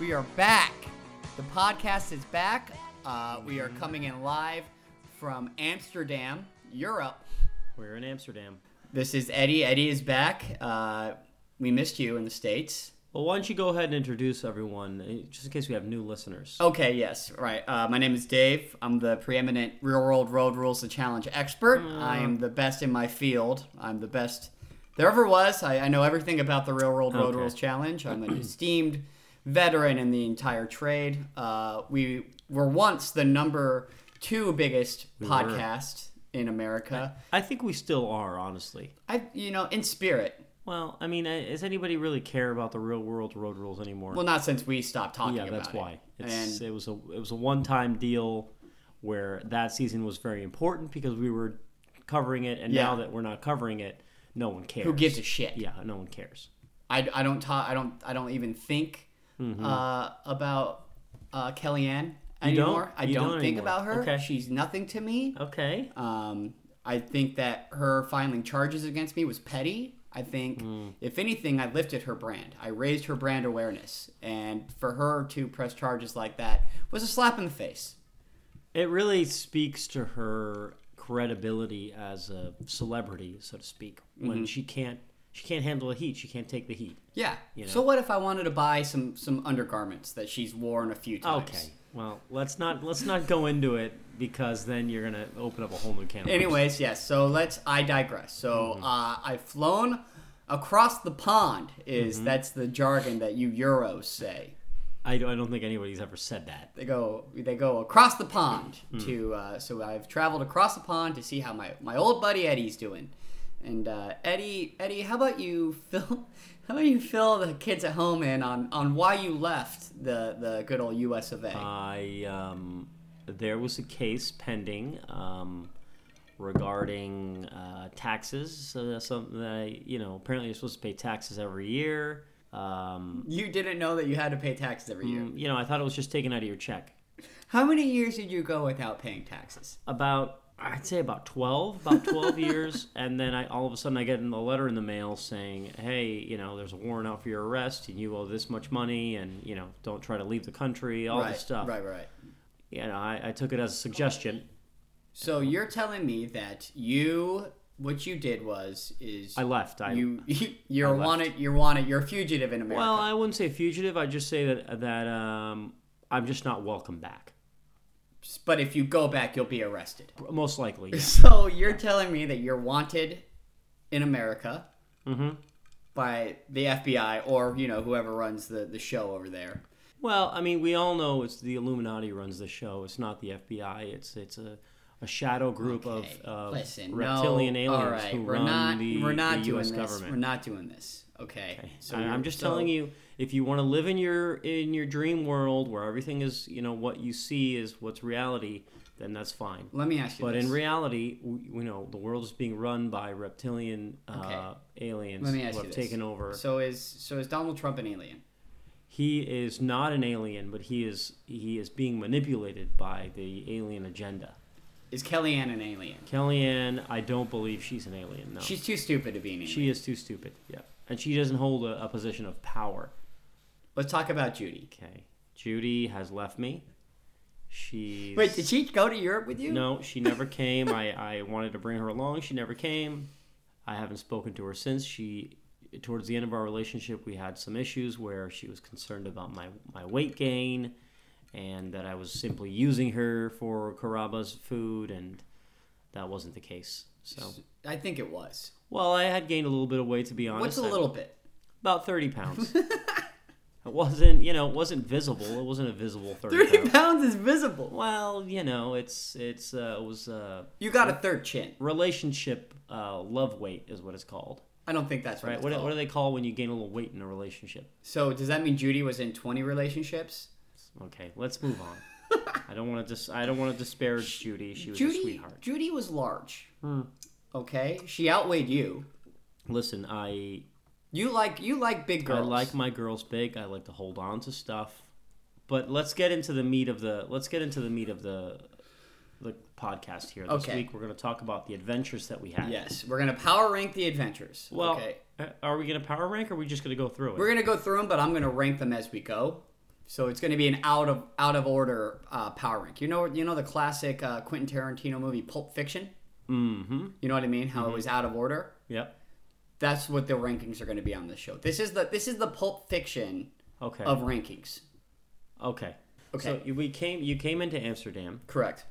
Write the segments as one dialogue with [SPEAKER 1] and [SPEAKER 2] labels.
[SPEAKER 1] We are back. The podcast is back. Uh, we are coming in live from Amsterdam, Europe.
[SPEAKER 2] We're in Amsterdam.
[SPEAKER 1] This is Eddie. Eddie is back. Uh, we missed you in the States.
[SPEAKER 2] Well, why don't you go ahead and introduce everyone, eh, just in case we have new listeners?
[SPEAKER 1] Okay, yes, right. Uh, my name is Dave. I'm the preeminent real world road rules to challenge expert. I
[SPEAKER 2] Mm.
[SPEAKER 1] am the best in my field. I'm the best there ever was. I, I know everything about the real world road
[SPEAKER 2] Okay.
[SPEAKER 1] rules challenge. I'm an esteemed veteran in the entire trade. Uh, we were once the number two biggest
[SPEAKER 2] were.
[SPEAKER 1] podcast in America.
[SPEAKER 2] I think we still are, honestly.
[SPEAKER 1] I, you know, in spirit.
[SPEAKER 2] Well, I mean, eh, does anybody really care about the real world road rules anymore?
[SPEAKER 1] Well, not since we stopped talking
[SPEAKER 2] yeah,
[SPEAKER 1] about
[SPEAKER 2] that's
[SPEAKER 1] it.
[SPEAKER 2] why. It's,
[SPEAKER 1] And
[SPEAKER 2] it was a it was a one time deal where that season was very important because we were covering it, and
[SPEAKER 1] Yeah.
[SPEAKER 2] now that we're not covering it, no one cares.
[SPEAKER 1] who gives a shit?
[SPEAKER 2] Yeah, no one cares.
[SPEAKER 1] I, I don't talk. I don't. I don't even think uh, about uh, Kellyanne
[SPEAKER 2] Mm-hmm. You don't?
[SPEAKER 1] anymore. I
[SPEAKER 2] You
[SPEAKER 1] don't,
[SPEAKER 2] don't
[SPEAKER 1] think
[SPEAKER 2] anymore.
[SPEAKER 1] about her.
[SPEAKER 2] Okay. Oh.
[SPEAKER 1] She's nothing to me.
[SPEAKER 2] Okay.
[SPEAKER 1] Um, I think that her filing charges against me was petty. I think,
[SPEAKER 2] Mm.
[SPEAKER 1] if anything, I lifted her brand. I raised her brand awareness, and for her to press charges like that was a slap in the face.
[SPEAKER 2] It really speaks to her credibility as a celebrity, so to speak, when she can't she can't handle the heat. She can't take the heat.
[SPEAKER 1] Yeah.
[SPEAKER 2] know.
[SPEAKER 1] So what if I wanted to buy some some undergarments that she's worn a few times?
[SPEAKER 2] Okay. Well, let's not let's not go into it because then you're gonna open up a whole new can. of worms.
[SPEAKER 1] Anyways, yes. So let's. I digress. So
[SPEAKER 2] Mm-hmm.
[SPEAKER 1] uh, I've flown across the pond. Is
[SPEAKER 2] Mm-hmm.
[SPEAKER 1] that's the jargon that you Euros say?
[SPEAKER 2] I don't, I don't think anybody's ever said that.
[SPEAKER 1] They go. They go across the pond
[SPEAKER 2] Mm.
[SPEAKER 1] to. Uh, so I've traveled across the pond to see how my my old buddy Eddie's doing. And uh, Eddie, Eddie, how about you fill? How about you fill the kids at home in on on why you left the the good old U.S. of A.
[SPEAKER 2] Uh, I um, there was a case pending um, regarding uh, taxes. So that's something that I, you know apparently you're supposed to pay taxes every year. Um,
[SPEAKER 1] you didn't know that you had to pay taxes every year.
[SPEAKER 2] you know, I thought it was just taken out of your check.
[SPEAKER 1] How many years did you go without paying taxes?
[SPEAKER 2] about I'd say about twelve, about twelve years, and then I all of a sudden I get in the letter in the mail saying, "Hey, you know, there's a warrant out for your arrest, and you owe this much money, and you know, don't try to leave the country, all
[SPEAKER 1] right,
[SPEAKER 2] this stuff."
[SPEAKER 1] Right, right.
[SPEAKER 2] You know, I, I took it as a suggestion.
[SPEAKER 1] So you're telling me that you what you did was is
[SPEAKER 2] I left. I
[SPEAKER 1] you you're wanted you're wanted you're a fugitive in America.
[SPEAKER 2] well, I wouldn't say fugitive. I'd just say that that um, I'm just not welcome back,
[SPEAKER 1] but if you go back you'll be arrested.
[SPEAKER 2] most likely. yeah.
[SPEAKER 1] So you're telling me that you're wanted in America
[SPEAKER 2] Mhm.
[SPEAKER 1] by the FBI or you know whoever runs the the show over there.
[SPEAKER 2] Well, I mean, we all know it's the Illuminati runs the show. It's not the FBI. It's it's a, a shadow group
[SPEAKER 1] Okay,
[SPEAKER 2] of, of
[SPEAKER 1] Listen,
[SPEAKER 2] reptilian
[SPEAKER 1] no,
[SPEAKER 2] aliens
[SPEAKER 1] all right,
[SPEAKER 2] who
[SPEAKER 1] we're
[SPEAKER 2] run
[SPEAKER 1] not,
[SPEAKER 2] the,
[SPEAKER 1] we're not
[SPEAKER 2] the
[SPEAKER 1] doing
[SPEAKER 2] U.S.
[SPEAKER 1] this.
[SPEAKER 2] government.
[SPEAKER 1] We're not doing this. Okay.
[SPEAKER 2] I-
[SPEAKER 1] you're-
[SPEAKER 2] I'm just
[SPEAKER 1] so-
[SPEAKER 2] telling you, if you want to live in your in your dream world where everything is, you know, what you see is what's reality, then that's fine.
[SPEAKER 1] Let me ask you.
[SPEAKER 2] But
[SPEAKER 1] this.
[SPEAKER 2] in reality, we, you know, the world is being run by reptilian uh, aliens
[SPEAKER 1] Let me ask
[SPEAKER 2] who
[SPEAKER 1] you this.
[SPEAKER 2] have taken over.
[SPEAKER 1] So is so is Donald Trump an alien?
[SPEAKER 2] he is not an alien, but he is he is being manipulated by the alien agenda.
[SPEAKER 1] Is Kellyanne an alien?
[SPEAKER 2] Kellyanne, I don't believe she's an alien. No,
[SPEAKER 1] She's too stupid to be an alien.
[SPEAKER 2] she is too stupid. Yeah, and she doesn't hold a, a position of power.
[SPEAKER 1] Let's talk about Judy.
[SPEAKER 2] Okay, Judy has left me. She
[SPEAKER 1] Wait, did she go to Europe with you?
[SPEAKER 2] No, she never came. I I wanted to bring her along. She never came. I haven't spoken to her since. She towards the end of our relationship, we had some issues where she was concerned about my my weight gain, and that I was simply using her for Karaba's food, and that wasn't the case. So.
[SPEAKER 1] I think it was.
[SPEAKER 2] Well, I had gained a little bit of weight to be honest.
[SPEAKER 1] What's a
[SPEAKER 2] I-
[SPEAKER 1] little bit?
[SPEAKER 2] about thirty pounds. it wasn't, you know, it wasn't visible. It wasn't a visible thirty.
[SPEAKER 1] Thirty
[SPEAKER 2] pounds.
[SPEAKER 1] pounds is visible.
[SPEAKER 2] Well, you know, it's it's uh, it was uh,
[SPEAKER 1] You got a third chin.
[SPEAKER 2] relationship uh, love weight is what it's called,
[SPEAKER 1] I don't think that's right.
[SPEAKER 2] right? What, what do they call when you gain a little weight in a relationship?
[SPEAKER 1] So does that mean Judy was in twenty relationships?
[SPEAKER 2] Okay, let's move on. I don't want to dis- I don't want to disparage Judy. She was a
[SPEAKER 1] Judy,
[SPEAKER 2] sweetheart. Hmm.
[SPEAKER 1] Judy was large. Okay, she outweighed you.
[SPEAKER 2] Listen, I
[SPEAKER 1] You like you like big
[SPEAKER 2] I
[SPEAKER 1] girls.
[SPEAKER 2] like my girls big. I like to hold on to stuff. But let's get into the meat of the let's get into the meat of the the podcast here. This
[SPEAKER 1] Okay.
[SPEAKER 2] week we're going to talk about the adventures that we had.
[SPEAKER 1] Yes, we're gonna power rank the adventures.
[SPEAKER 2] Well,
[SPEAKER 1] okay.
[SPEAKER 2] uh, are we going to power rank or are we just going to go through it?
[SPEAKER 1] We're gonna go through them, but I'm gonna rank them as we go. So it's going to be an out of out of order uh, power rank. You know, you know the classic uh, Quentin Tarantino movie Pulp Fiction.
[SPEAKER 2] Mm-hmm.
[SPEAKER 1] You know what I mean? How it was out of order.
[SPEAKER 2] Yep.
[SPEAKER 1] That's what the rankings are going to be on this show. This is the this is the Pulp Fiction
[SPEAKER 2] Okay.
[SPEAKER 1] of rankings.
[SPEAKER 2] okay.
[SPEAKER 1] Okay.
[SPEAKER 2] So you- we came. You came into Amsterdam,
[SPEAKER 1] Correct.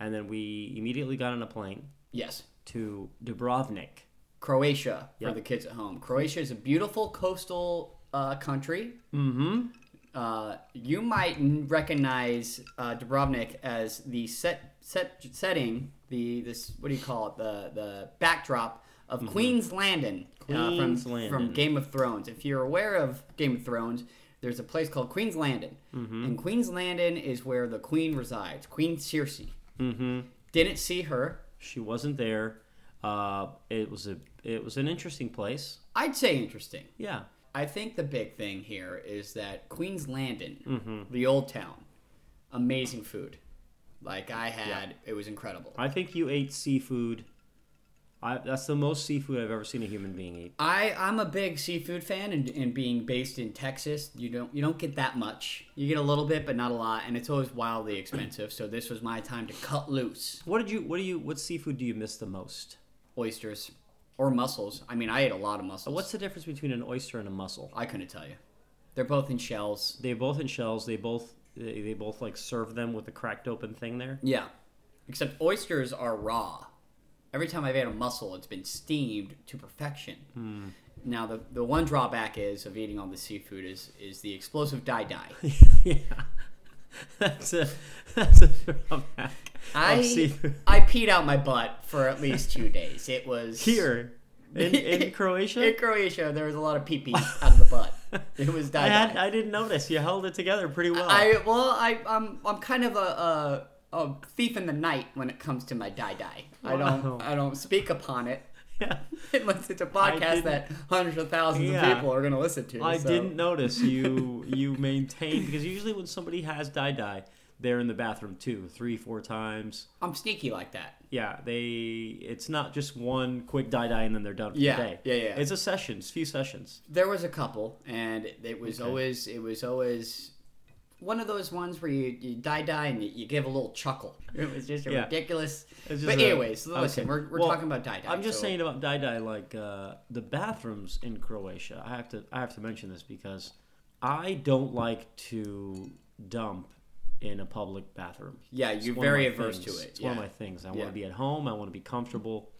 [SPEAKER 2] and then we immediately got on a plane
[SPEAKER 1] Yes.
[SPEAKER 2] to Dubrovnik.
[SPEAKER 1] Croatia for
[SPEAKER 2] Yep.
[SPEAKER 1] the kids at home. Croatia is a beautiful coastal uh, country.
[SPEAKER 2] Mm-hmm.
[SPEAKER 1] Uh, you might n- recognize uh, Dubrovnik as the set set setting the this what do you call it the the backdrop of Queen's Landing uh, from
[SPEAKER 2] Mm-hmm. Queen's Landing.
[SPEAKER 1] from Game of Thrones. If you're aware of Game of Thrones, there's a place called Queen's Landing,
[SPEAKER 2] Mm-hmm.
[SPEAKER 1] and Queen's Landing is where the Queen resides. Queen Circe
[SPEAKER 2] Mm-hmm.
[SPEAKER 1] didn't see her.
[SPEAKER 2] She wasn't there. Uh, it was a. It was an interesting place.
[SPEAKER 1] I'd say interesting.
[SPEAKER 2] Yeah.
[SPEAKER 1] I think the big thing here is that Queen's Landing, the old town, amazing food. Like I had, it was incredible.
[SPEAKER 2] I think you ate seafood. I, that's the most seafood I've ever seen a human being eat.
[SPEAKER 1] I I'm a big seafood fan, and, and being based in Texas, you don't you don't get that much. You get a little bit, but not a lot, and it's always wildly expensive. So this was my time to cut loose
[SPEAKER 2] What did you? What do you? What seafood do you miss the most?
[SPEAKER 1] oysters or mussels. I mean, I ate a lot of mussels.
[SPEAKER 2] What's the difference between an oyster and a mussel?
[SPEAKER 1] I couldn't tell you. They're both in shells.
[SPEAKER 2] They both in shells. They both they, they both like serve them with a cracked open thing there.
[SPEAKER 1] Yeah, except oysters are raw. Every time I've ate a mussel, it's been steamed to perfection.
[SPEAKER 2] Hmm.
[SPEAKER 1] Now the the one drawback is of eating all the seafood is is the explosive dye dye.
[SPEAKER 2] yeah, that's a that's a throwback. of
[SPEAKER 1] I
[SPEAKER 2] seafood.
[SPEAKER 1] I peed out my butt for at least two days. It was
[SPEAKER 2] here in, in Croatia.
[SPEAKER 1] in Croatia. There was a lot of pee pee out of the butt. It was
[SPEAKER 2] I had
[SPEAKER 1] dye.
[SPEAKER 2] I didn't notice. You held it together pretty well.
[SPEAKER 1] I well I I'm I'm kind of a, a a thief in the night when it comes to my dye dye. I
[SPEAKER 2] Wow.
[SPEAKER 1] don't I don't speak upon it
[SPEAKER 2] yeah.
[SPEAKER 1] unless it's a
[SPEAKER 2] I
[SPEAKER 1] podcast
[SPEAKER 2] didn't-
[SPEAKER 1] that hundreds of thousands
[SPEAKER 2] Yeah.
[SPEAKER 1] of people are going to listen to.
[SPEAKER 2] I
[SPEAKER 1] so-
[SPEAKER 2] didn't notice you you maintained because usually when somebody has dye dye, they're in the bathroom two, three, four times.
[SPEAKER 1] I'm sneaky like that.
[SPEAKER 2] Yeah, they. It's not just one quick dye dye and then they're done for
[SPEAKER 1] Yeah,
[SPEAKER 2] the day.
[SPEAKER 1] yeah, yeah.
[SPEAKER 2] It's a session, it's a few sessions.
[SPEAKER 1] There was a couple, and it was
[SPEAKER 2] Okay.
[SPEAKER 1] always it was always one of those ones where you, you die die and you, you give a little chuckle. It was just a
[SPEAKER 2] Yeah.
[SPEAKER 1] ridiculous.
[SPEAKER 2] It's just
[SPEAKER 1] but
[SPEAKER 2] a-
[SPEAKER 1] anyways, listen,
[SPEAKER 2] okay.
[SPEAKER 1] we're, we're
[SPEAKER 2] Well,
[SPEAKER 1] talking about die die.
[SPEAKER 2] I'm just
[SPEAKER 1] so-
[SPEAKER 2] saying about dye dye, like uh, the bathrooms in Croatia. I have to I have to mention this because I don't like to dump in a public bathroom.
[SPEAKER 1] Yeah,
[SPEAKER 2] It's
[SPEAKER 1] you're
[SPEAKER 2] one of
[SPEAKER 1] very
[SPEAKER 2] my
[SPEAKER 1] averse
[SPEAKER 2] things.
[SPEAKER 1] to it.
[SPEAKER 2] It's
[SPEAKER 1] Yeah.
[SPEAKER 2] one of my things. I want
[SPEAKER 1] Yeah.
[SPEAKER 2] to be at home. I want to be comfortable.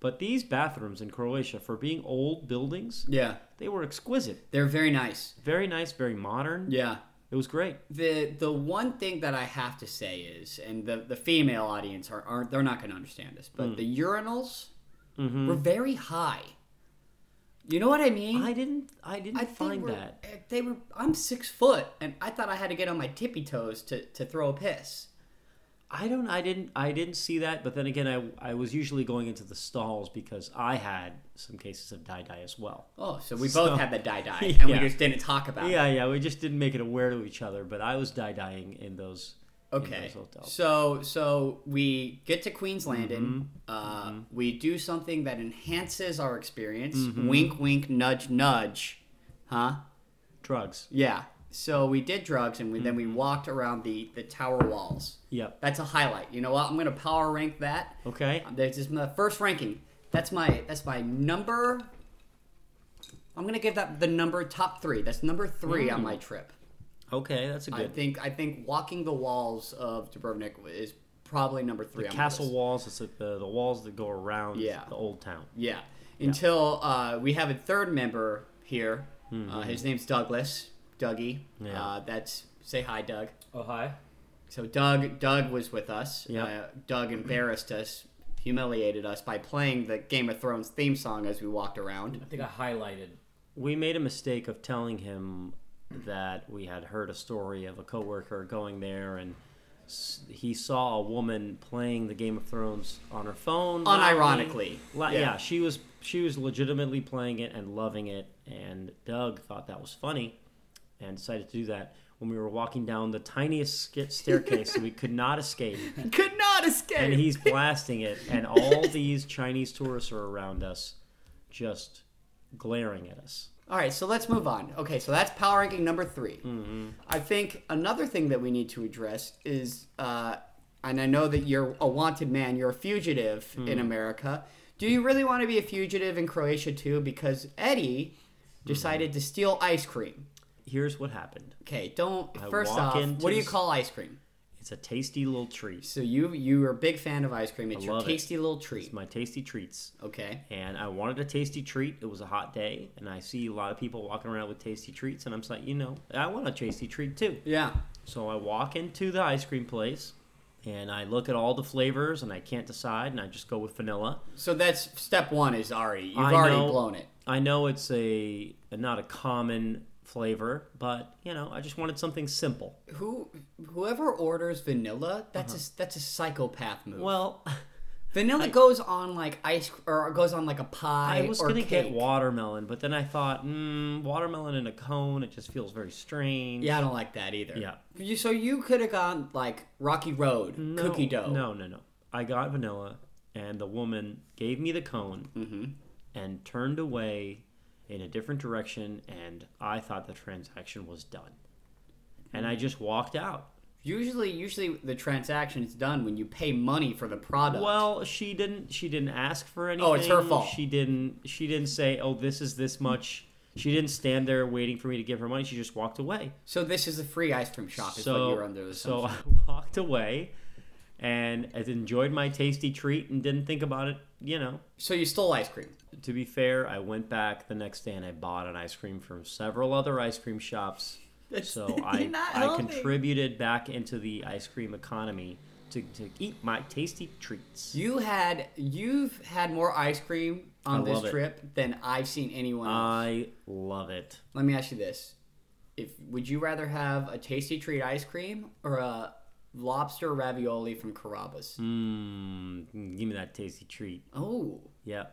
[SPEAKER 2] But these bathrooms in Croatia, for being old buildings,
[SPEAKER 1] yeah,
[SPEAKER 2] they were exquisite.
[SPEAKER 1] they're very nice.
[SPEAKER 2] Very nice, very modern.
[SPEAKER 1] Yeah.
[SPEAKER 2] It was great.
[SPEAKER 1] The the one thing that I have to say is, and the, the female audience are, aren't they're not going to understand this,
[SPEAKER 2] Hmm.
[SPEAKER 1] but the urinals were very high. You know what I mean?
[SPEAKER 2] I didn't. I didn't
[SPEAKER 1] think
[SPEAKER 2] find
[SPEAKER 1] we're-
[SPEAKER 2] that.
[SPEAKER 1] eh, They were. I'm six foot, and I thought I had to get on my tippy toes to, to throw a piss.
[SPEAKER 2] I don't. I didn't. I didn't see that. But then again, I I was usually going into the stalls because I had some cases of dye dye as well.
[SPEAKER 1] Oh, so we
[SPEAKER 2] So-
[SPEAKER 1] both had the die die, and
[SPEAKER 2] Yeah.
[SPEAKER 1] we just didn't talk about it.
[SPEAKER 2] Yeah, yeah. We just didn't make it aware to each other. But I was dye dyeing in those. in
[SPEAKER 1] Okay.
[SPEAKER 2] those Mm-hmm. hotels.
[SPEAKER 1] So so we get to Queens Landing. Uh,
[SPEAKER 2] Mm-hmm.
[SPEAKER 1] We do something that enhances our experience. Wink, wink, nudge, nudge. Huh?
[SPEAKER 2] Drugs.
[SPEAKER 1] Yeah. So we did drugs, and we, then we
[SPEAKER 2] Mm-hmm.
[SPEAKER 1] walked around the the tower walls.
[SPEAKER 2] Yep.
[SPEAKER 1] That's a highlight. You know what? I'm gonna power rank that.
[SPEAKER 2] Okay.
[SPEAKER 1] This is my first ranking. That's my that's my number. I'm gonna give that the number top three. That's number three on
[SPEAKER 2] Mm.
[SPEAKER 1] my trip.
[SPEAKER 2] Okay. That's a
[SPEAKER 1] I
[SPEAKER 2] good.
[SPEAKER 1] think I think walking the walls of Dubrovnik is probably number three. on my
[SPEAKER 2] Castle
[SPEAKER 1] list.
[SPEAKER 2] walls. It's like the the walls that go around
[SPEAKER 1] Yeah.
[SPEAKER 2] the old town.
[SPEAKER 1] Yeah. Until uh, we have a third member here. Uh, his name's Douglas. Dougie.
[SPEAKER 2] Hmm. Yeah.
[SPEAKER 1] Uh, that's say hi, Doug.
[SPEAKER 2] Oh hi.
[SPEAKER 1] So Doug Doug was with us.
[SPEAKER 2] Yep.
[SPEAKER 1] Uh, Doug embarrassed us, humiliated us by playing the Game of Thrones theme song as we walked around.
[SPEAKER 3] I think I highlighted.
[SPEAKER 2] We made a mistake of telling him that we had heard a story of a coworker going there and s- he saw a woman playing the Game of Thrones on her phone.
[SPEAKER 1] Unironically.
[SPEAKER 2] La- yeah.
[SPEAKER 1] Yeah.
[SPEAKER 2] she was she was legitimately playing it and loving it and Doug thought that was funny and decided to do that when we were walking down the tiniest sk- staircase we could not escape
[SPEAKER 1] Could not escape.
[SPEAKER 2] and he's blasting it and all these Chinese tourists are around us just glaring at us.
[SPEAKER 1] All right, so let's move on. Okay, so that's power ranking number 3
[SPEAKER 2] Mm-hmm.
[SPEAKER 1] I think another thing that we need to address is, uh, and I know that you're a wanted man, you're a fugitive
[SPEAKER 2] Mm.
[SPEAKER 1] in America. Do you really want to be a fugitive in Croatia too? Because Eddie decided to steal ice cream.
[SPEAKER 2] Here's what happened.
[SPEAKER 1] Okay, don't.
[SPEAKER 2] I
[SPEAKER 1] first
[SPEAKER 2] walk
[SPEAKER 1] off,
[SPEAKER 2] into
[SPEAKER 1] what do you
[SPEAKER 2] s-
[SPEAKER 1] call ice cream?
[SPEAKER 2] It's a tasty little treat.
[SPEAKER 1] So you you are a big fan of ice cream. It's your
[SPEAKER 2] love it.
[SPEAKER 1] tasty little treat.
[SPEAKER 2] It's my tasty treats.
[SPEAKER 1] Okay.
[SPEAKER 2] And I wanted a tasty treat. It was a hot day, and I see a lot of people walking around with tasty treats, and I'm just like, you know, I want a tasty treat too.
[SPEAKER 1] Yeah.
[SPEAKER 2] So I walk into the ice cream place, and I look at all the flavors, and I can't decide, and I just go with vanilla.
[SPEAKER 1] So that's step one is already you've
[SPEAKER 2] I
[SPEAKER 1] already
[SPEAKER 2] know-
[SPEAKER 1] blown it.
[SPEAKER 2] I know it's a not a common flavor, but you know, I just wanted something simple.
[SPEAKER 1] Who whoever orders vanilla, that's
[SPEAKER 2] Uh-huh.
[SPEAKER 1] a that's a psychopath move.
[SPEAKER 2] Well,
[SPEAKER 1] vanilla goes on like ice or goes on like a pie
[SPEAKER 2] I was
[SPEAKER 1] or
[SPEAKER 2] gonna
[SPEAKER 1] cake.
[SPEAKER 2] get watermelon, but then I thought, mm, watermelon in a cone, it just feels very strange.
[SPEAKER 1] yeah, I don't like that either.
[SPEAKER 2] Yeah.
[SPEAKER 1] You, so you could have gone like Rocky Road
[SPEAKER 2] No,
[SPEAKER 1] cookie dough.
[SPEAKER 2] No, no, no. I got vanilla, and the woman gave me the cone
[SPEAKER 1] Mm-hmm.
[SPEAKER 2] and turned away in a different direction, and I thought the transaction was done. And
[SPEAKER 1] Mm.
[SPEAKER 2] I just walked out.
[SPEAKER 1] Usually, usually the transaction is done when you pay money for the product.
[SPEAKER 2] Well, she didn't. She didn't ask for anything.
[SPEAKER 1] Oh, it's her fault.
[SPEAKER 2] She didn't. She didn't say, "Oh, this is this much." She didn't stand there waiting for me to give her money. She just walked away.
[SPEAKER 1] so this is a free ice cream shop. Is what
[SPEAKER 2] so
[SPEAKER 1] you were under the
[SPEAKER 2] so
[SPEAKER 1] assumption.
[SPEAKER 2] I walked away, and I enjoyed my tasty treat and didn't think about it. You know,
[SPEAKER 1] So you stole ice cream.
[SPEAKER 2] to be fair, I went back the next day and I bought an ice cream from several other ice cream shops.
[SPEAKER 1] That's-
[SPEAKER 2] so
[SPEAKER 1] you're
[SPEAKER 2] I,
[SPEAKER 1] not
[SPEAKER 2] I
[SPEAKER 1] helping.
[SPEAKER 2] contributed back into the ice cream economy to, to eat my tasty treats.
[SPEAKER 1] You had you've had more ice cream on
[SPEAKER 2] I
[SPEAKER 1] this
[SPEAKER 2] love it.
[SPEAKER 1] trip than I've seen anyone else.
[SPEAKER 2] I love it.
[SPEAKER 1] Let me ask you this: If would you rather have a tasty treat ice cream or a lobster ravioli from Carrabba's?
[SPEAKER 2] Mm. Mmm, give me that tasty treat.
[SPEAKER 1] Oh,
[SPEAKER 2] Yeah.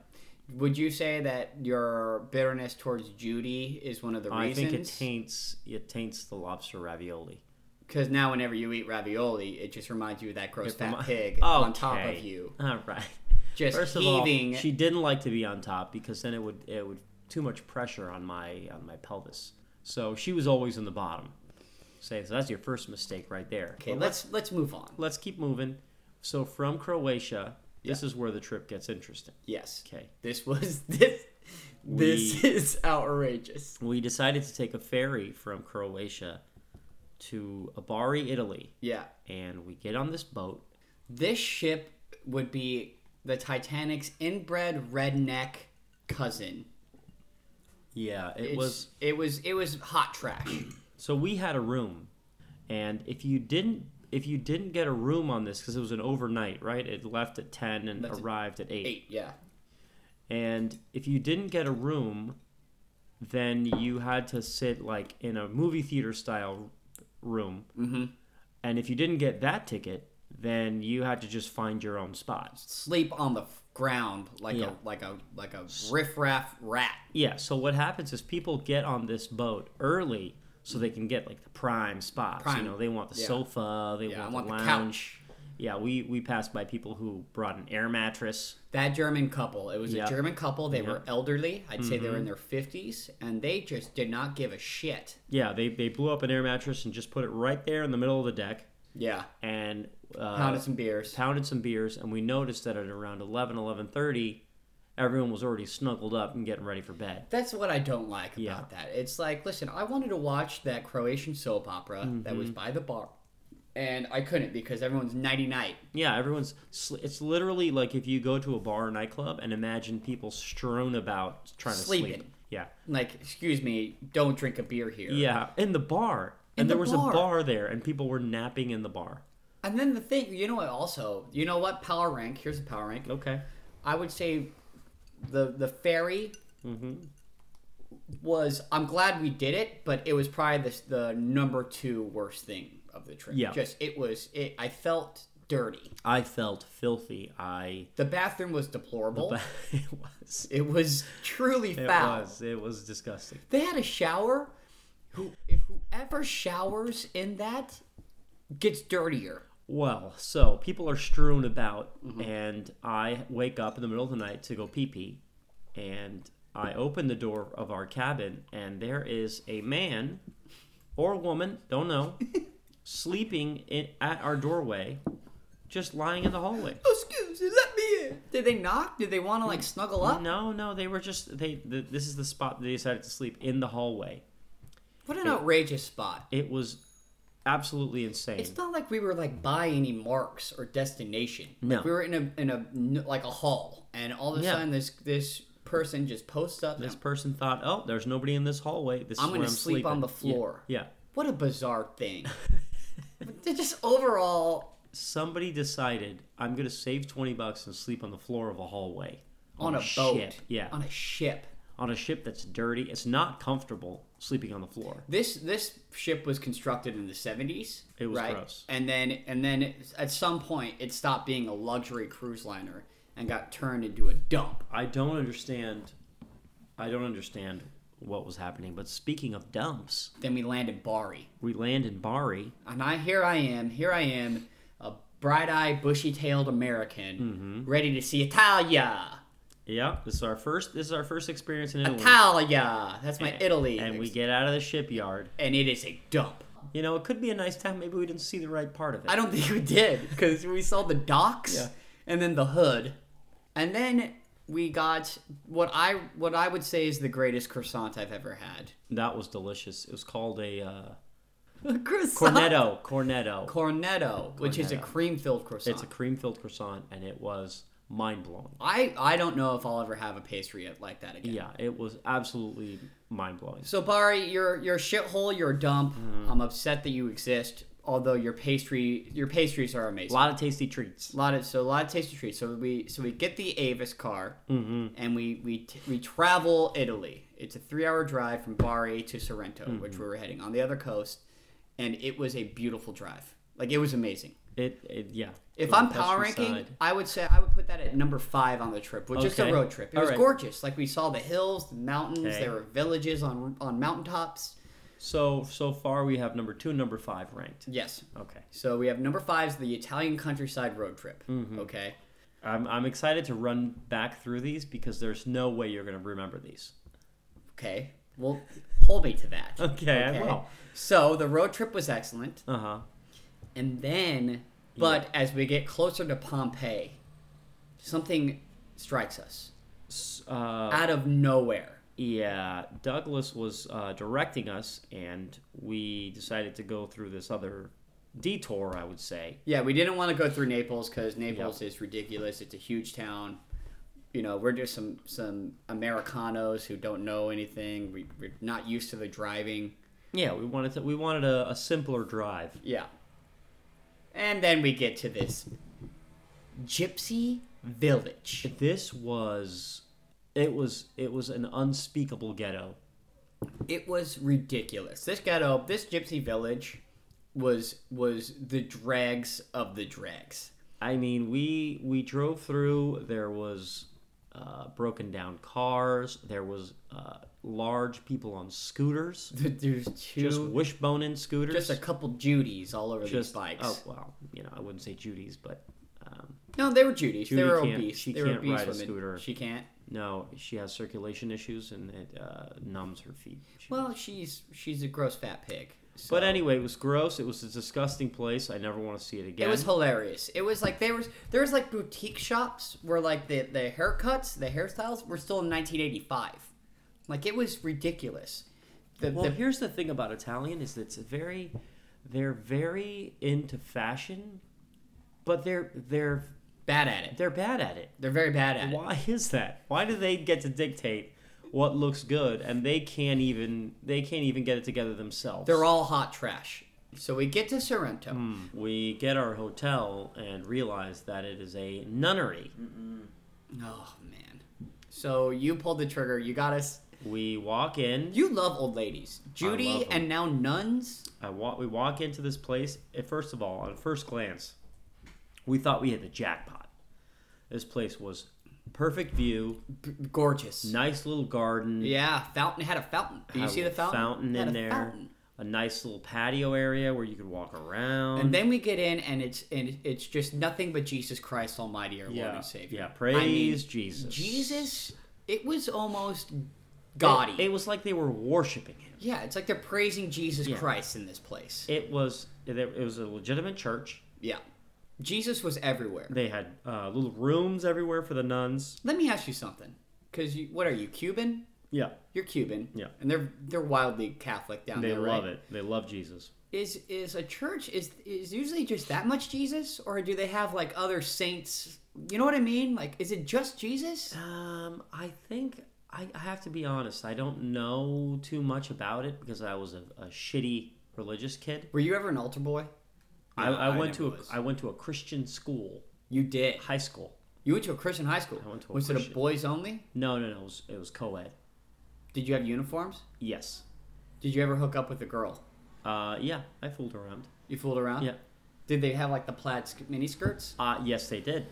[SPEAKER 1] would you say that your bitterness towards Judy is one of the
[SPEAKER 2] I think it
[SPEAKER 1] reasons?
[SPEAKER 2] taints it taints the lobster ravioli.
[SPEAKER 1] Because now, whenever you eat ravioli, it just reminds you of that gross fat
[SPEAKER 2] Remi-
[SPEAKER 1] pig on top of
[SPEAKER 2] Okay.
[SPEAKER 1] you,
[SPEAKER 2] All right.
[SPEAKER 1] just
[SPEAKER 2] First of all,
[SPEAKER 1] heaving.
[SPEAKER 2] she didn't like to be on top because then it would it would too much pressure on my on my pelvis. So she was always in the bottom. Say so that's your first mistake right there.
[SPEAKER 1] okay,
[SPEAKER 2] But
[SPEAKER 1] let's let's move on.
[SPEAKER 2] let's keep moving. So from Croatia, this is where the trip gets interesting.
[SPEAKER 1] Yes,
[SPEAKER 2] Okay.
[SPEAKER 1] this was this. This is outrageous.
[SPEAKER 2] We decided to take a ferry from Croatia to Abari, Italy,
[SPEAKER 1] Yeah.
[SPEAKER 2] and we get on this boat.
[SPEAKER 1] This ship would be the Titanic's inbred redneck cousin.
[SPEAKER 2] Yeah, it
[SPEAKER 1] It's-
[SPEAKER 2] was
[SPEAKER 1] it was it was hot trash.
[SPEAKER 2] So we had a room, and if you didn't if you didn't get a room on this because it was an overnight, right? It left at ten and
[SPEAKER 1] Left at
[SPEAKER 2] arrived at eight.
[SPEAKER 1] Eight, yeah.
[SPEAKER 2] And if you didn't get a room, then you had to sit like in a movie theater style room. Mm-hmm. And if you didn't get that ticket, then you had to just find your own spot.
[SPEAKER 1] Sleep on the f- ground like
[SPEAKER 2] Yeah.
[SPEAKER 1] a like a like a riffraff rat.
[SPEAKER 2] Yeah. So what happens is people get on this boat early so they can get like the prime spots.
[SPEAKER 1] Prime.
[SPEAKER 2] You know, they want the
[SPEAKER 1] Yeah.
[SPEAKER 2] sofa. They
[SPEAKER 1] Yeah, I want
[SPEAKER 2] want,
[SPEAKER 1] the
[SPEAKER 2] the lounge.
[SPEAKER 1] couch.
[SPEAKER 2] Yeah, we we passed by people who brought an air mattress.
[SPEAKER 1] That German couple. It was
[SPEAKER 2] Yeah. Mm-hmm.
[SPEAKER 1] a German couple. They were elderly. I'd say they were in their fifties, and they just did not give a shit.
[SPEAKER 2] Yeah, they they blew up an air mattress and just put it right there in the middle of the deck
[SPEAKER 1] Yeah.
[SPEAKER 2] and uh,
[SPEAKER 1] Pounded some beers.
[SPEAKER 2] pounded some beers and we noticed that at around 11 11:30 everyone was already snuggled up and getting ready for bed.
[SPEAKER 1] That's what I don't like about
[SPEAKER 2] Yeah.
[SPEAKER 1] that. It's like, listen, I wanted to watch that Croatian soap opera that
[SPEAKER 2] Mm-hmm.
[SPEAKER 1] was by the bar, and I couldn't because everyone's nighty night.
[SPEAKER 2] Yeah, everyone's sl- it's literally like if you go to a bar or nightclub and imagine people strewn about trying to sleep.
[SPEAKER 1] Sleeping.
[SPEAKER 2] Yeah.
[SPEAKER 1] Like, excuse me, don't drink a beer here.
[SPEAKER 2] Yeah, in the bar.
[SPEAKER 1] In
[SPEAKER 2] and
[SPEAKER 1] the
[SPEAKER 2] there was
[SPEAKER 1] bar.
[SPEAKER 2] a bar there and people were napping in the bar.
[SPEAKER 1] And then the thing, you know what? Also, you know what? Power rank. Here's a power rank.
[SPEAKER 2] Okay.
[SPEAKER 1] I would say the the fairy
[SPEAKER 2] Mm-hmm.
[SPEAKER 1] was. I'm glad we did it, but it was probably the the number two worst thing of the trip.
[SPEAKER 2] Yeah.
[SPEAKER 1] Just it was. It. I felt dirty.
[SPEAKER 2] I felt filthy. I
[SPEAKER 1] The bathroom was deplorable.
[SPEAKER 2] it was.
[SPEAKER 1] it was truly
[SPEAKER 2] It
[SPEAKER 1] foul.
[SPEAKER 2] was. It was disgusting.
[SPEAKER 1] They had a shower. Who if whoever showers in that gets dirtier.
[SPEAKER 2] Well, so people are strewn
[SPEAKER 1] Mm-hmm.
[SPEAKER 2] about, and I wake up in the middle of the night to go pee pee, and I open the door of our cabin, and there is a man or woman, don't know, sleeping in, at our doorway, just lying in the hallway.
[SPEAKER 1] Oh, excuse me, let me in. Did they knock? Did they want to like snuggle up?
[SPEAKER 2] No, no, they were just they. The, this is the spot they decided to sleep in the hallway.
[SPEAKER 1] What an outrageous spot.
[SPEAKER 2] It was absolutely insane.
[SPEAKER 1] It's not like we were like by any marks or destination.
[SPEAKER 2] No.
[SPEAKER 1] Like, we were in a in a like a hall, and all of a
[SPEAKER 2] Yeah.
[SPEAKER 1] sudden this this person just posts up.
[SPEAKER 2] this
[SPEAKER 1] This,
[SPEAKER 2] person thought, "Oh, there's nobody in this hallway. This
[SPEAKER 1] I'm
[SPEAKER 2] is where
[SPEAKER 1] gonna
[SPEAKER 2] I'm
[SPEAKER 1] sleep
[SPEAKER 2] sleeping."
[SPEAKER 1] on the
[SPEAKER 2] Yeah,
[SPEAKER 1] floor.
[SPEAKER 2] yeah.
[SPEAKER 1] what a bizarre thing. But just overall,
[SPEAKER 2] somebody decided I'm gonna save twenty bucks and sleep on the floor of a hallway
[SPEAKER 1] on, a, boat,
[SPEAKER 2] ship. Yeah,
[SPEAKER 1] on a ship.
[SPEAKER 2] on a ship that's dirty. It's not comfortable sleeping on the floor.
[SPEAKER 1] This this ship was constructed in the 70s.
[SPEAKER 2] It was
[SPEAKER 1] right?
[SPEAKER 2] gross.
[SPEAKER 1] And then and then at some point it stopped being a luxury cruise liner and got turned into a dump.
[SPEAKER 2] I don't understand. I don't understand what was happening. But speaking of dumps,
[SPEAKER 1] Then we landed Bari.
[SPEAKER 2] we land in Bari.
[SPEAKER 1] And I here I am, here I am, a bright-eyed, bushy-tailed American
[SPEAKER 2] Mm-hmm.
[SPEAKER 1] ready to see Italia.
[SPEAKER 2] Yeah, this is our first. This is our first experience in Italy.
[SPEAKER 1] Italia. That's my Italy.
[SPEAKER 2] And we get out of the shipyard.
[SPEAKER 1] and it is a dump.
[SPEAKER 2] You know, it could be a nice time. Maybe we didn't see the right part of it.
[SPEAKER 1] I don't think we did because we saw the docks
[SPEAKER 2] Yeah.
[SPEAKER 1] and then the hood, and then we got what I what I would say is the greatest croissant I've ever had.
[SPEAKER 2] That was delicious. It was called a uh,
[SPEAKER 1] croissant.
[SPEAKER 2] cornetto. Cornetto.
[SPEAKER 1] Cornetto, which is a
[SPEAKER 2] Cornetto.
[SPEAKER 1] cream filled croissant.
[SPEAKER 2] It's a cream filled croissant, and it was mind blowing.
[SPEAKER 1] I I don't know if I'll ever have a pastry like that again.
[SPEAKER 2] Yeah, it was absolutely mind blowing.
[SPEAKER 1] So Bari, you're you're a shithole, you're a dump.
[SPEAKER 2] Mm-hmm.
[SPEAKER 1] I'm upset that you exist. Although your pastry your pastries are amazing.
[SPEAKER 2] A lot of tasty treats.
[SPEAKER 1] lot of so a lot of tasty treats. So we so we get the Avis car
[SPEAKER 2] Mm-hmm.
[SPEAKER 1] and we we t- we travel Italy. It's a three hour drive from Bari to Sorrento,
[SPEAKER 2] Mm-hmm.
[SPEAKER 1] which we were heading on the other coast, and it was a beautiful drive. Like it was amazing.
[SPEAKER 2] It, it yeah.
[SPEAKER 1] If
[SPEAKER 2] From
[SPEAKER 1] I'm
[SPEAKER 2] the
[SPEAKER 1] power ranking,
[SPEAKER 2] countryside.
[SPEAKER 1] I would say I would put that at number five on the trip, which is a
[SPEAKER 2] Okay.
[SPEAKER 1] road trip. It
[SPEAKER 2] All
[SPEAKER 1] was
[SPEAKER 2] right.
[SPEAKER 1] gorgeous. Like we saw the hills, the mountains.
[SPEAKER 2] Okay.
[SPEAKER 1] There were villages on on mountaintops.
[SPEAKER 2] so so far we have number two, and number five ranked.
[SPEAKER 1] Yes.
[SPEAKER 2] Okay,
[SPEAKER 1] So we have number five's the Italian countryside road trip.
[SPEAKER 2] Mm-hmm.
[SPEAKER 1] Okay.
[SPEAKER 2] I'm I'm excited to run back through these because there's no way you're gonna remember these.
[SPEAKER 1] Okay. Well, hold me to that.
[SPEAKER 2] Okay, I will.
[SPEAKER 1] So the road trip was excellent,
[SPEAKER 2] Uh huh.
[SPEAKER 1] and then, but as we get closer to Pompeii, something strikes us
[SPEAKER 2] uh,
[SPEAKER 1] out of nowhere.
[SPEAKER 2] Yeah, Douglas was uh, directing us, and we decided to go through this other detour, I would say.
[SPEAKER 1] Yeah, we didn't want to go through Naples because Naples is ridiculous. It's a huge town. You know, we're just some some Americanos who don't know anything. We, we're not used to the driving.
[SPEAKER 2] Yeah, we wanted to, we wanted a, a simpler drive.
[SPEAKER 1] Yeah. And then we get to this gypsy village.
[SPEAKER 2] This was it was it was an unspeakable ghetto.
[SPEAKER 1] It was ridiculous. This ghetto, this gypsy village, was was the dregs of the dregs.
[SPEAKER 2] I mean, we we drove through. There was uh, broken down cars. There was uh, large people on scooters,
[SPEAKER 1] There's
[SPEAKER 2] just
[SPEAKER 1] two,
[SPEAKER 2] wishboning scooters.
[SPEAKER 1] just, a couple Judies all over these
[SPEAKER 2] Just-
[SPEAKER 1] bikes.
[SPEAKER 2] Oh well, you know, I wouldn't say Judy's, but um,
[SPEAKER 1] No, they were Judies.
[SPEAKER 2] Judy
[SPEAKER 1] they were
[SPEAKER 2] can't-
[SPEAKER 1] obese.
[SPEAKER 2] she
[SPEAKER 1] they were
[SPEAKER 2] can't
[SPEAKER 1] obese
[SPEAKER 2] ride a
[SPEAKER 1] women.
[SPEAKER 2] scooter.
[SPEAKER 1] She can't.
[SPEAKER 2] No, she has circulation issues and it uh, numbs her feet. She-
[SPEAKER 1] Well, she's she's a gross fat pig. so-
[SPEAKER 2] but anyway, it was gross. It was a disgusting place. I never want to see it again.
[SPEAKER 1] It was hilarious. It was like there was there was like boutique shops where like the the haircuts, the hairstyles were still in 1985. Like it was ridiculous. The,
[SPEAKER 2] well,
[SPEAKER 1] the-
[SPEAKER 2] here's the thing about Italian is it's very, they're very into fashion, but they're they're
[SPEAKER 1] bad at it.
[SPEAKER 2] they're bad at it.
[SPEAKER 1] They're very bad at it.
[SPEAKER 2] Why is that? Why do they get to dictate what looks good and they can't even they can't even get it together themselves?
[SPEAKER 1] They're all hot trash. So we get to Sorrento.
[SPEAKER 2] Hmm. we get our hotel and realize that it is a nunnery.
[SPEAKER 1] Oh man. So you pulled the trigger. You got us.
[SPEAKER 2] We walk in.
[SPEAKER 1] You love old ladies,
[SPEAKER 2] love
[SPEAKER 1] Judy,
[SPEAKER 2] them.
[SPEAKER 1] and now nuns.
[SPEAKER 2] I walk. We walk into this place. At first of all, on first glance, we thought we hit the jackpot. This place was perfect view,
[SPEAKER 1] B- gorgeous.
[SPEAKER 2] nice little garden.
[SPEAKER 1] Yeah, fountain had a fountain. Do you
[SPEAKER 2] had a
[SPEAKER 1] see the
[SPEAKER 2] little
[SPEAKER 1] fountain? Had
[SPEAKER 2] in
[SPEAKER 1] a
[SPEAKER 2] there.
[SPEAKER 1] fountain.
[SPEAKER 2] A nice little patio area where you could walk around.
[SPEAKER 1] And then we get in, and it's and it's just nothing but Jesus Christ Almighty, our Lord
[SPEAKER 2] yeah,
[SPEAKER 1] and Savior.
[SPEAKER 2] yeah,
[SPEAKER 1] I mean,
[SPEAKER 2] praise Jesus.
[SPEAKER 1] Jesus It was almost gaudy.
[SPEAKER 2] It, it was like they were worshiping him.
[SPEAKER 1] yeah, it's like they're praising Jesus
[SPEAKER 2] Yeah.
[SPEAKER 1] Christ in this place.
[SPEAKER 2] It was it, it was a legitimate church.
[SPEAKER 1] yeah. Jesus was everywhere.
[SPEAKER 2] They had uh, little rooms everywhere for the nuns.
[SPEAKER 1] Let me ask you something. Because you, what are you, Cuban?
[SPEAKER 2] Yeah,
[SPEAKER 1] You're Cuban.
[SPEAKER 2] Yeah.
[SPEAKER 1] And they're they're wildly Catholic down
[SPEAKER 2] they
[SPEAKER 1] there.
[SPEAKER 2] love
[SPEAKER 1] right?
[SPEAKER 2] it. They love Jesus.
[SPEAKER 1] Is is a church is is usually just that much Jesus, or do they have like other saints? You know what I mean? Like, is it just Jesus?
[SPEAKER 2] Um, I think I, I have to be honest. I don't know too much about it because I was a, a shitty religious kid.
[SPEAKER 1] Were you ever an altar boy?
[SPEAKER 2] I,
[SPEAKER 1] No,
[SPEAKER 2] I,
[SPEAKER 1] I
[SPEAKER 2] went to a,
[SPEAKER 1] never was.
[SPEAKER 2] I went to a Christian school,
[SPEAKER 1] You did.
[SPEAKER 2] high school.
[SPEAKER 1] You went to a Christian high school.
[SPEAKER 2] I went to a
[SPEAKER 1] was it
[SPEAKER 2] Christian-
[SPEAKER 1] a boys only?
[SPEAKER 2] No, no, no. It was, it was co-ed.
[SPEAKER 1] Did you have uniforms?
[SPEAKER 2] Yes.
[SPEAKER 1] Did you ever hook up with a girl?
[SPEAKER 2] Uh, yeah, I fooled around.
[SPEAKER 1] You fooled around.
[SPEAKER 2] Yeah.
[SPEAKER 1] Did they have like the plaid sk- mini skirts?
[SPEAKER 2] Uh, yes, they did.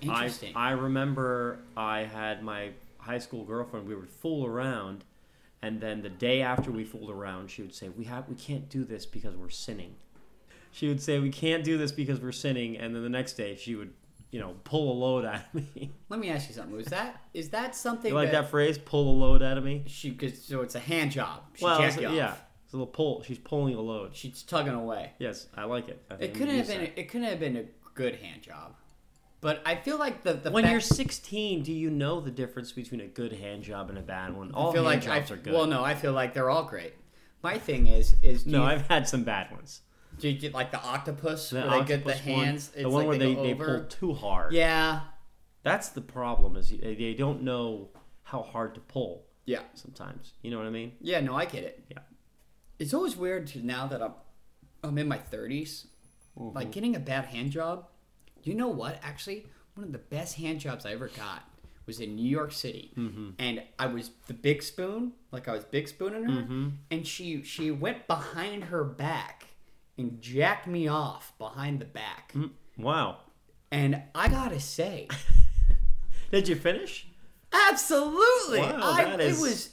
[SPEAKER 1] Interesting.
[SPEAKER 2] I, I remember I had my high school girlfriend. We would fool around, and then the day after we fooled around, she would say, "We have we can't do this because we're sinning." She would say, "We can't do this because we're sinning," and then the next day she would, you know, pull a load out of me.
[SPEAKER 1] Let me ask you something. Was that is that something
[SPEAKER 2] You like
[SPEAKER 1] that,
[SPEAKER 2] that phrase, "pull a load out of me"?
[SPEAKER 1] she? Cause, so it's a hand job. She
[SPEAKER 2] Well,
[SPEAKER 1] jacked
[SPEAKER 2] it's-
[SPEAKER 1] you off.
[SPEAKER 2] yeah, it's a little pull. She's pulling a load.
[SPEAKER 1] She's tugging away.
[SPEAKER 2] Yes, I like it. I think
[SPEAKER 1] It
[SPEAKER 2] I'm
[SPEAKER 1] couldn't
[SPEAKER 2] gonna
[SPEAKER 1] have
[SPEAKER 2] use
[SPEAKER 1] been.
[SPEAKER 2] that.
[SPEAKER 1] It couldn't have been a good hand job. But I feel like the the
[SPEAKER 2] When
[SPEAKER 1] fact,
[SPEAKER 2] you're 16, do you know the difference between a good hand job and a bad one? All
[SPEAKER 1] I feel
[SPEAKER 2] hand
[SPEAKER 1] like
[SPEAKER 2] jobs
[SPEAKER 1] I,
[SPEAKER 2] are good.
[SPEAKER 1] Well, no, I feel like they're all great. My thing is is do
[SPEAKER 2] no,
[SPEAKER 1] you,
[SPEAKER 2] I've had some bad ones.
[SPEAKER 1] do you get like the octopus
[SPEAKER 2] The
[SPEAKER 1] where they get the
[SPEAKER 2] octopus one,
[SPEAKER 1] hands?
[SPEAKER 2] the one
[SPEAKER 1] like
[SPEAKER 2] where they,
[SPEAKER 1] go
[SPEAKER 2] they
[SPEAKER 1] over.
[SPEAKER 2] pull too hard.
[SPEAKER 1] Yeah,
[SPEAKER 2] That's the problem is you- they don't know how hard to pull
[SPEAKER 1] yeah,
[SPEAKER 2] sometimes. You know what I mean?
[SPEAKER 1] yeah. No, I get it.
[SPEAKER 2] Yeah.
[SPEAKER 1] It's always weird to now that I'm I'm in my 30s,
[SPEAKER 2] Mm-hmm.
[SPEAKER 1] like getting a bad hand job. You know what? Actually, one of the best hand jobs I ever got was in New York City,
[SPEAKER 2] Mm-hmm.
[SPEAKER 1] and I was the big spoon, like I was big spooning her,
[SPEAKER 2] Mm-hmm.
[SPEAKER 1] and she she went behind her back and jacked me off behind the back,
[SPEAKER 2] Mm. Wow.
[SPEAKER 1] and I gotta say,
[SPEAKER 2] Did you finish?
[SPEAKER 1] absolutely,
[SPEAKER 2] Wow,
[SPEAKER 1] I,
[SPEAKER 2] that is-
[SPEAKER 1] it was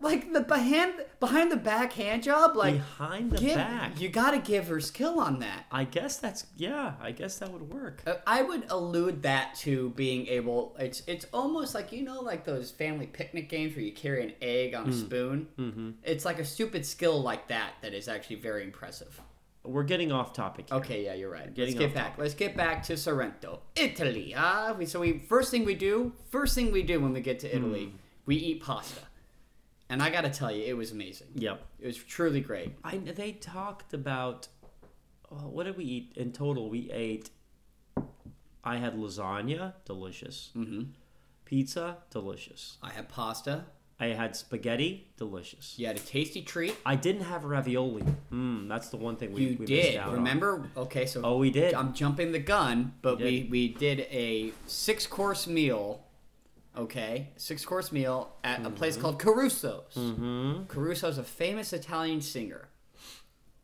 [SPEAKER 1] like the behind behind the back hand job, like.
[SPEAKER 2] Behind the
[SPEAKER 1] Give,
[SPEAKER 2] back.
[SPEAKER 1] You got to give her skill on that.
[SPEAKER 2] I guess that's yeah. I guess that would work.
[SPEAKER 1] Uh, I would allude that to being able. It's it's almost like you know, like those family picnic games where you carry an egg
[SPEAKER 2] Mm.
[SPEAKER 1] on a spoon. Mm-hmm. It's like a stupid skill like that that is actually very impressive.
[SPEAKER 2] We're getting off topic. here.
[SPEAKER 1] Okay, yeah, you're right. Let's
[SPEAKER 2] Getting
[SPEAKER 1] get
[SPEAKER 2] off
[SPEAKER 1] back. Let's get back to Sorrento, Italy. Ah, we, so we first thing we do, first thing we do when we get to Italy,
[SPEAKER 2] Mm.
[SPEAKER 1] we eat pasta, and I gotta tell you, it was amazing.
[SPEAKER 2] Yep.
[SPEAKER 1] It was truly great.
[SPEAKER 2] I they talked about oh, what did we eat in total? We ate. I had lasagna, delicious. Mm-hmm. Pizza, delicious.
[SPEAKER 1] I had pasta.
[SPEAKER 2] I had spaghetti, delicious.
[SPEAKER 1] You had a tasty treat.
[SPEAKER 2] I didn't have ravioli. Mm, that's the one thing we,
[SPEAKER 1] You
[SPEAKER 2] we missed
[SPEAKER 1] did.
[SPEAKER 2] out on.
[SPEAKER 1] Remember? Okay, so
[SPEAKER 2] Oh, we did.
[SPEAKER 1] I'm jumping the gun, but
[SPEAKER 2] You
[SPEAKER 1] we
[SPEAKER 2] did.
[SPEAKER 1] we did a six course meal. Okay, six course meal at a place called Caruso's.
[SPEAKER 2] Hmm.
[SPEAKER 1] Mm-hmm. Caruso's a famous Italian singer,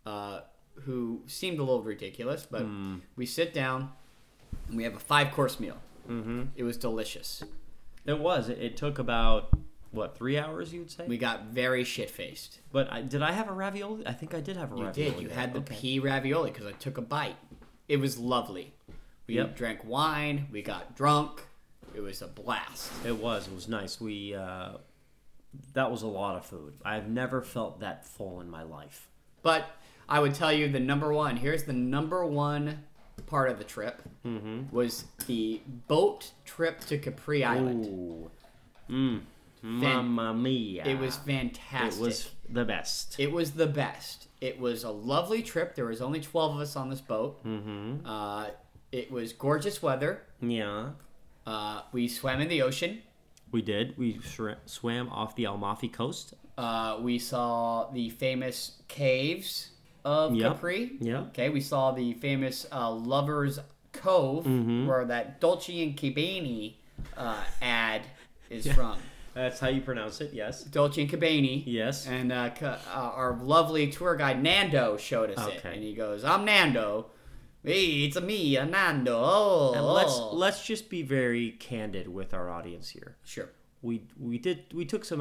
[SPEAKER 1] uh, who seemed a little ridiculous, but
[SPEAKER 2] Mm.
[SPEAKER 1] we sit down and we have a five course meal. Mm-hmm. It was delicious.
[SPEAKER 2] It was. It, it took about what three hours, you'd say.
[SPEAKER 1] We got very shit faced.
[SPEAKER 2] but I, did I have a ravioli? I think I did have a
[SPEAKER 1] You
[SPEAKER 2] ravioli.
[SPEAKER 1] did. You
[SPEAKER 2] there.
[SPEAKER 1] had the
[SPEAKER 2] Okay.
[SPEAKER 1] pea ravioli because I took a bite. It was lovely. We
[SPEAKER 2] Yep.
[SPEAKER 1] drank wine. We got drunk. It was a blast.
[SPEAKER 2] It was. It was nice. We. Uh, that was a lot of food. I've never felt that full in my life.
[SPEAKER 1] But I would tell you the number one. Here's the number one part of the trip was the boat trip to Capri Island.
[SPEAKER 2] Mm-hmm. Ooh,
[SPEAKER 1] Fan-
[SPEAKER 2] mamma mia!
[SPEAKER 1] it was
[SPEAKER 2] It
[SPEAKER 1] fantastic.
[SPEAKER 2] was the best.
[SPEAKER 1] It was the best. It was a lovely trip. There was only twelve of us on this boat. Mm-hmm. Uh, it was gorgeous weather.
[SPEAKER 2] yeah.
[SPEAKER 1] Uh, we swam in the ocean.
[SPEAKER 2] We did. We shri- swam off the Amalfi coast.
[SPEAKER 1] Uh, we saw the famous caves of
[SPEAKER 2] Yep.
[SPEAKER 1] Capri.
[SPEAKER 2] Yep.
[SPEAKER 1] Okay, we saw the famous uh, Lover's Cove,
[SPEAKER 2] Mm-hmm.
[SPEAKER 1] where that Dolce and Cabani uh, ad is from.
[SPEAKER 2] That's how you pronounce it. Yes.
[SPEAKER 1] Dolce and Cabani.
[SPEAKER 2] Yes.
[SPEAKER 1] And uh, ca- uh, our lovely tour guide Nando showed us it,
[SPEAKER 2] Okay.
[SPEAKER 1] and he goes, "I'm Nando. Hey, it's a me, a Nando. Oh,
[SPEAKER 2] And let's
[SPEAKER 1] oh."
[SPEAKER 2] let's just be very candid with our audience here.
[SPEAKER 1] sure.
[SPEAKER 2] We we did we took some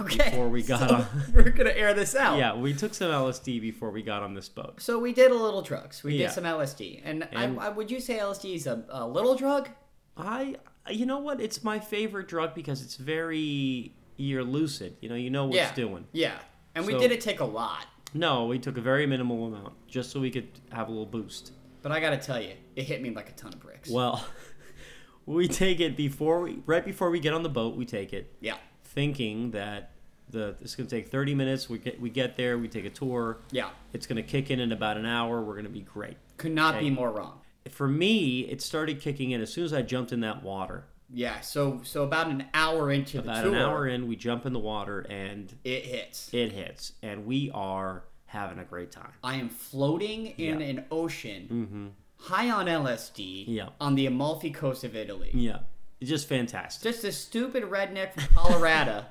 [SPEAKER 1] Okay.
[SPEAKER 2] before we got
[SPEAKER 1] so
[SPEAKER 2] on.
[SPEAKER 1] we're gonna air this out.
[SPEAKER 2] Yeah, we took some LSD before we got on this boat.
[SPEAKER 1] So we did a little drugs. We
[SPEAKER 2] Yeah.
[SPEAKER 1] did some LSD, and,
[SPEAKER 2] And-
[SPEAKER 1] I, I, would you say LSD is a, a little drug?
[SPEAKER 2] I you know what? It's my favorite drug because it's very you're lucid. You know, you know what
[SPEAKER 1] yeah.
[SPEAKER 2] it's doing.
[SPEAKER 1] Yeah. And we
[SPEAKER 2] So-
[SPEAKER 1] didn't take a lot.
[SPEAKER 2] No, we took a very minimal amount just so we could have a little boost.
[SPEAKER 1] But I gotta tell you, it hit me like a ton of bricks.
[SPEAKER 2] Well, we take it before we right before we get on the boat. We take it
[SPEAKER 1] yeah.
[SPEAKER 2] thinking that the it's going to take 30 minutes. We get we get there. We take a tour.
[SPEAKER 1] Yeah.
[SPEAKER 2] It's going to kick in in about an hour. We're going to be great.
[SPEAKER 1] Could not be more wrong.
[SPEAKER 2] For me, it started kicking in as soon as I jumped in that water.
[SPEAKER 1] Yeah. So so about an hour into
[SPEAKER 2] About
[SPEAKER 1] the tour,
[SPEAKER 2] an hour in, we jump in the water and
[SPEAKER 1] it hits.
[SPEAKER 2] it hits, and we are having a great time.
[SPEAKER 1] I am floating in
[SPEAKER 2] Yeah. Mm-hmm.
[SPEAKER 1] an ocean high on LSD
[SPEAKER 2] Yeah.
[SPEAKER 1] on the Amalfi coast of Italy.
[SPEAKER 2] Yeah, it's just fantastic.
[SPEAKER 1] Just a stupid redneck from Colorado.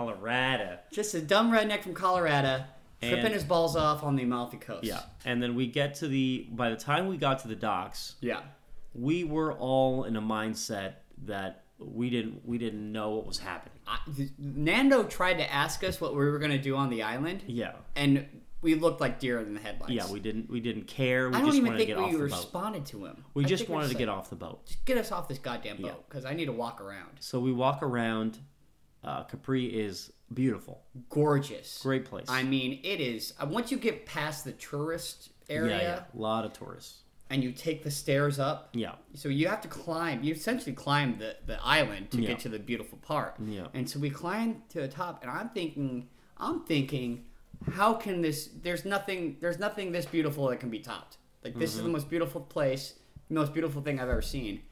[SPEAKER 2] Colorado.
[SPEAKER 1] just a dumb redneck from Colorado tripping
[SPEAKER 2] And-
[SPEAKER 1] his balls off on the Amalfi coast.
[SPEAKER 2] Yeah, and then we get to the. By the time we got to the docks,
[SPEAKER 1] Yeah.
[SPEAKER 2] we were all in a mindset that we didn't we didn't know what was happening.
[SPEAKER 1] I, th- Nando tried to ask us what we were going to do on the island.
[SPEAKER 2] Yeah,
[SPEAKER 1] And we looked like deer in the headlights.
[SPEAKER 2] yeah, we didn't we didn't care. We
[SPEAKER 1] I don't
[SPEAKER 2] just
[SPEAKER 1] even
[SPEAKER 2] wanted to get
[SPEAKER 1] think
[SPEAKER 2] off
[SPEAKER 1] we
[SPEAKER 2] the boat.
[SPEAKER 1] responded to him.
[SPEAKER 2] We
[SPEAKER 1] I
[SPEAKER 2] just
[SPEAKER 1] think we
[SPEAKER 2] wanted to
[SPEAKER 1] said,
[SPEAKER 2] get off the boat.
[SPEAKER 1] "Just Get us off this goddamn boat because I need to walk around.
[SPEAKER 2] So we walk around. Uh, Capri is beautiful,
[SPEAKER 1] Gorgeous.
[SPEAKER 2] great place.
[SPEAKER 1] I mean, it is. uh, Once you get past the tourist
[SPEAKER 2] yeah,
[SPEAKER 1] area
[SPEAKER 2] yeah, a lot of tourists.
[SPEAKER 1] and you take the stairs up,
[SPEAKER 2] Yeah,
[SPEAKER 1] so you have to climb. You essentially climb the, the island to
[SPEAKER 2] Yeah.
[SPEAKER 1] get to the beautiful part.
[SPEAKER 2] Yeah.
[SPEAKER 1] And so we climb to the top, and I'm thinking, I'm thinking, how can this? There's nothing. There's nothing this beautiful that can be topped. Like this is
[SPEAKER 2] Mm-hmm.
[SPEAKER 1] the most beautiful place, the most beautiful thing I've ever seen.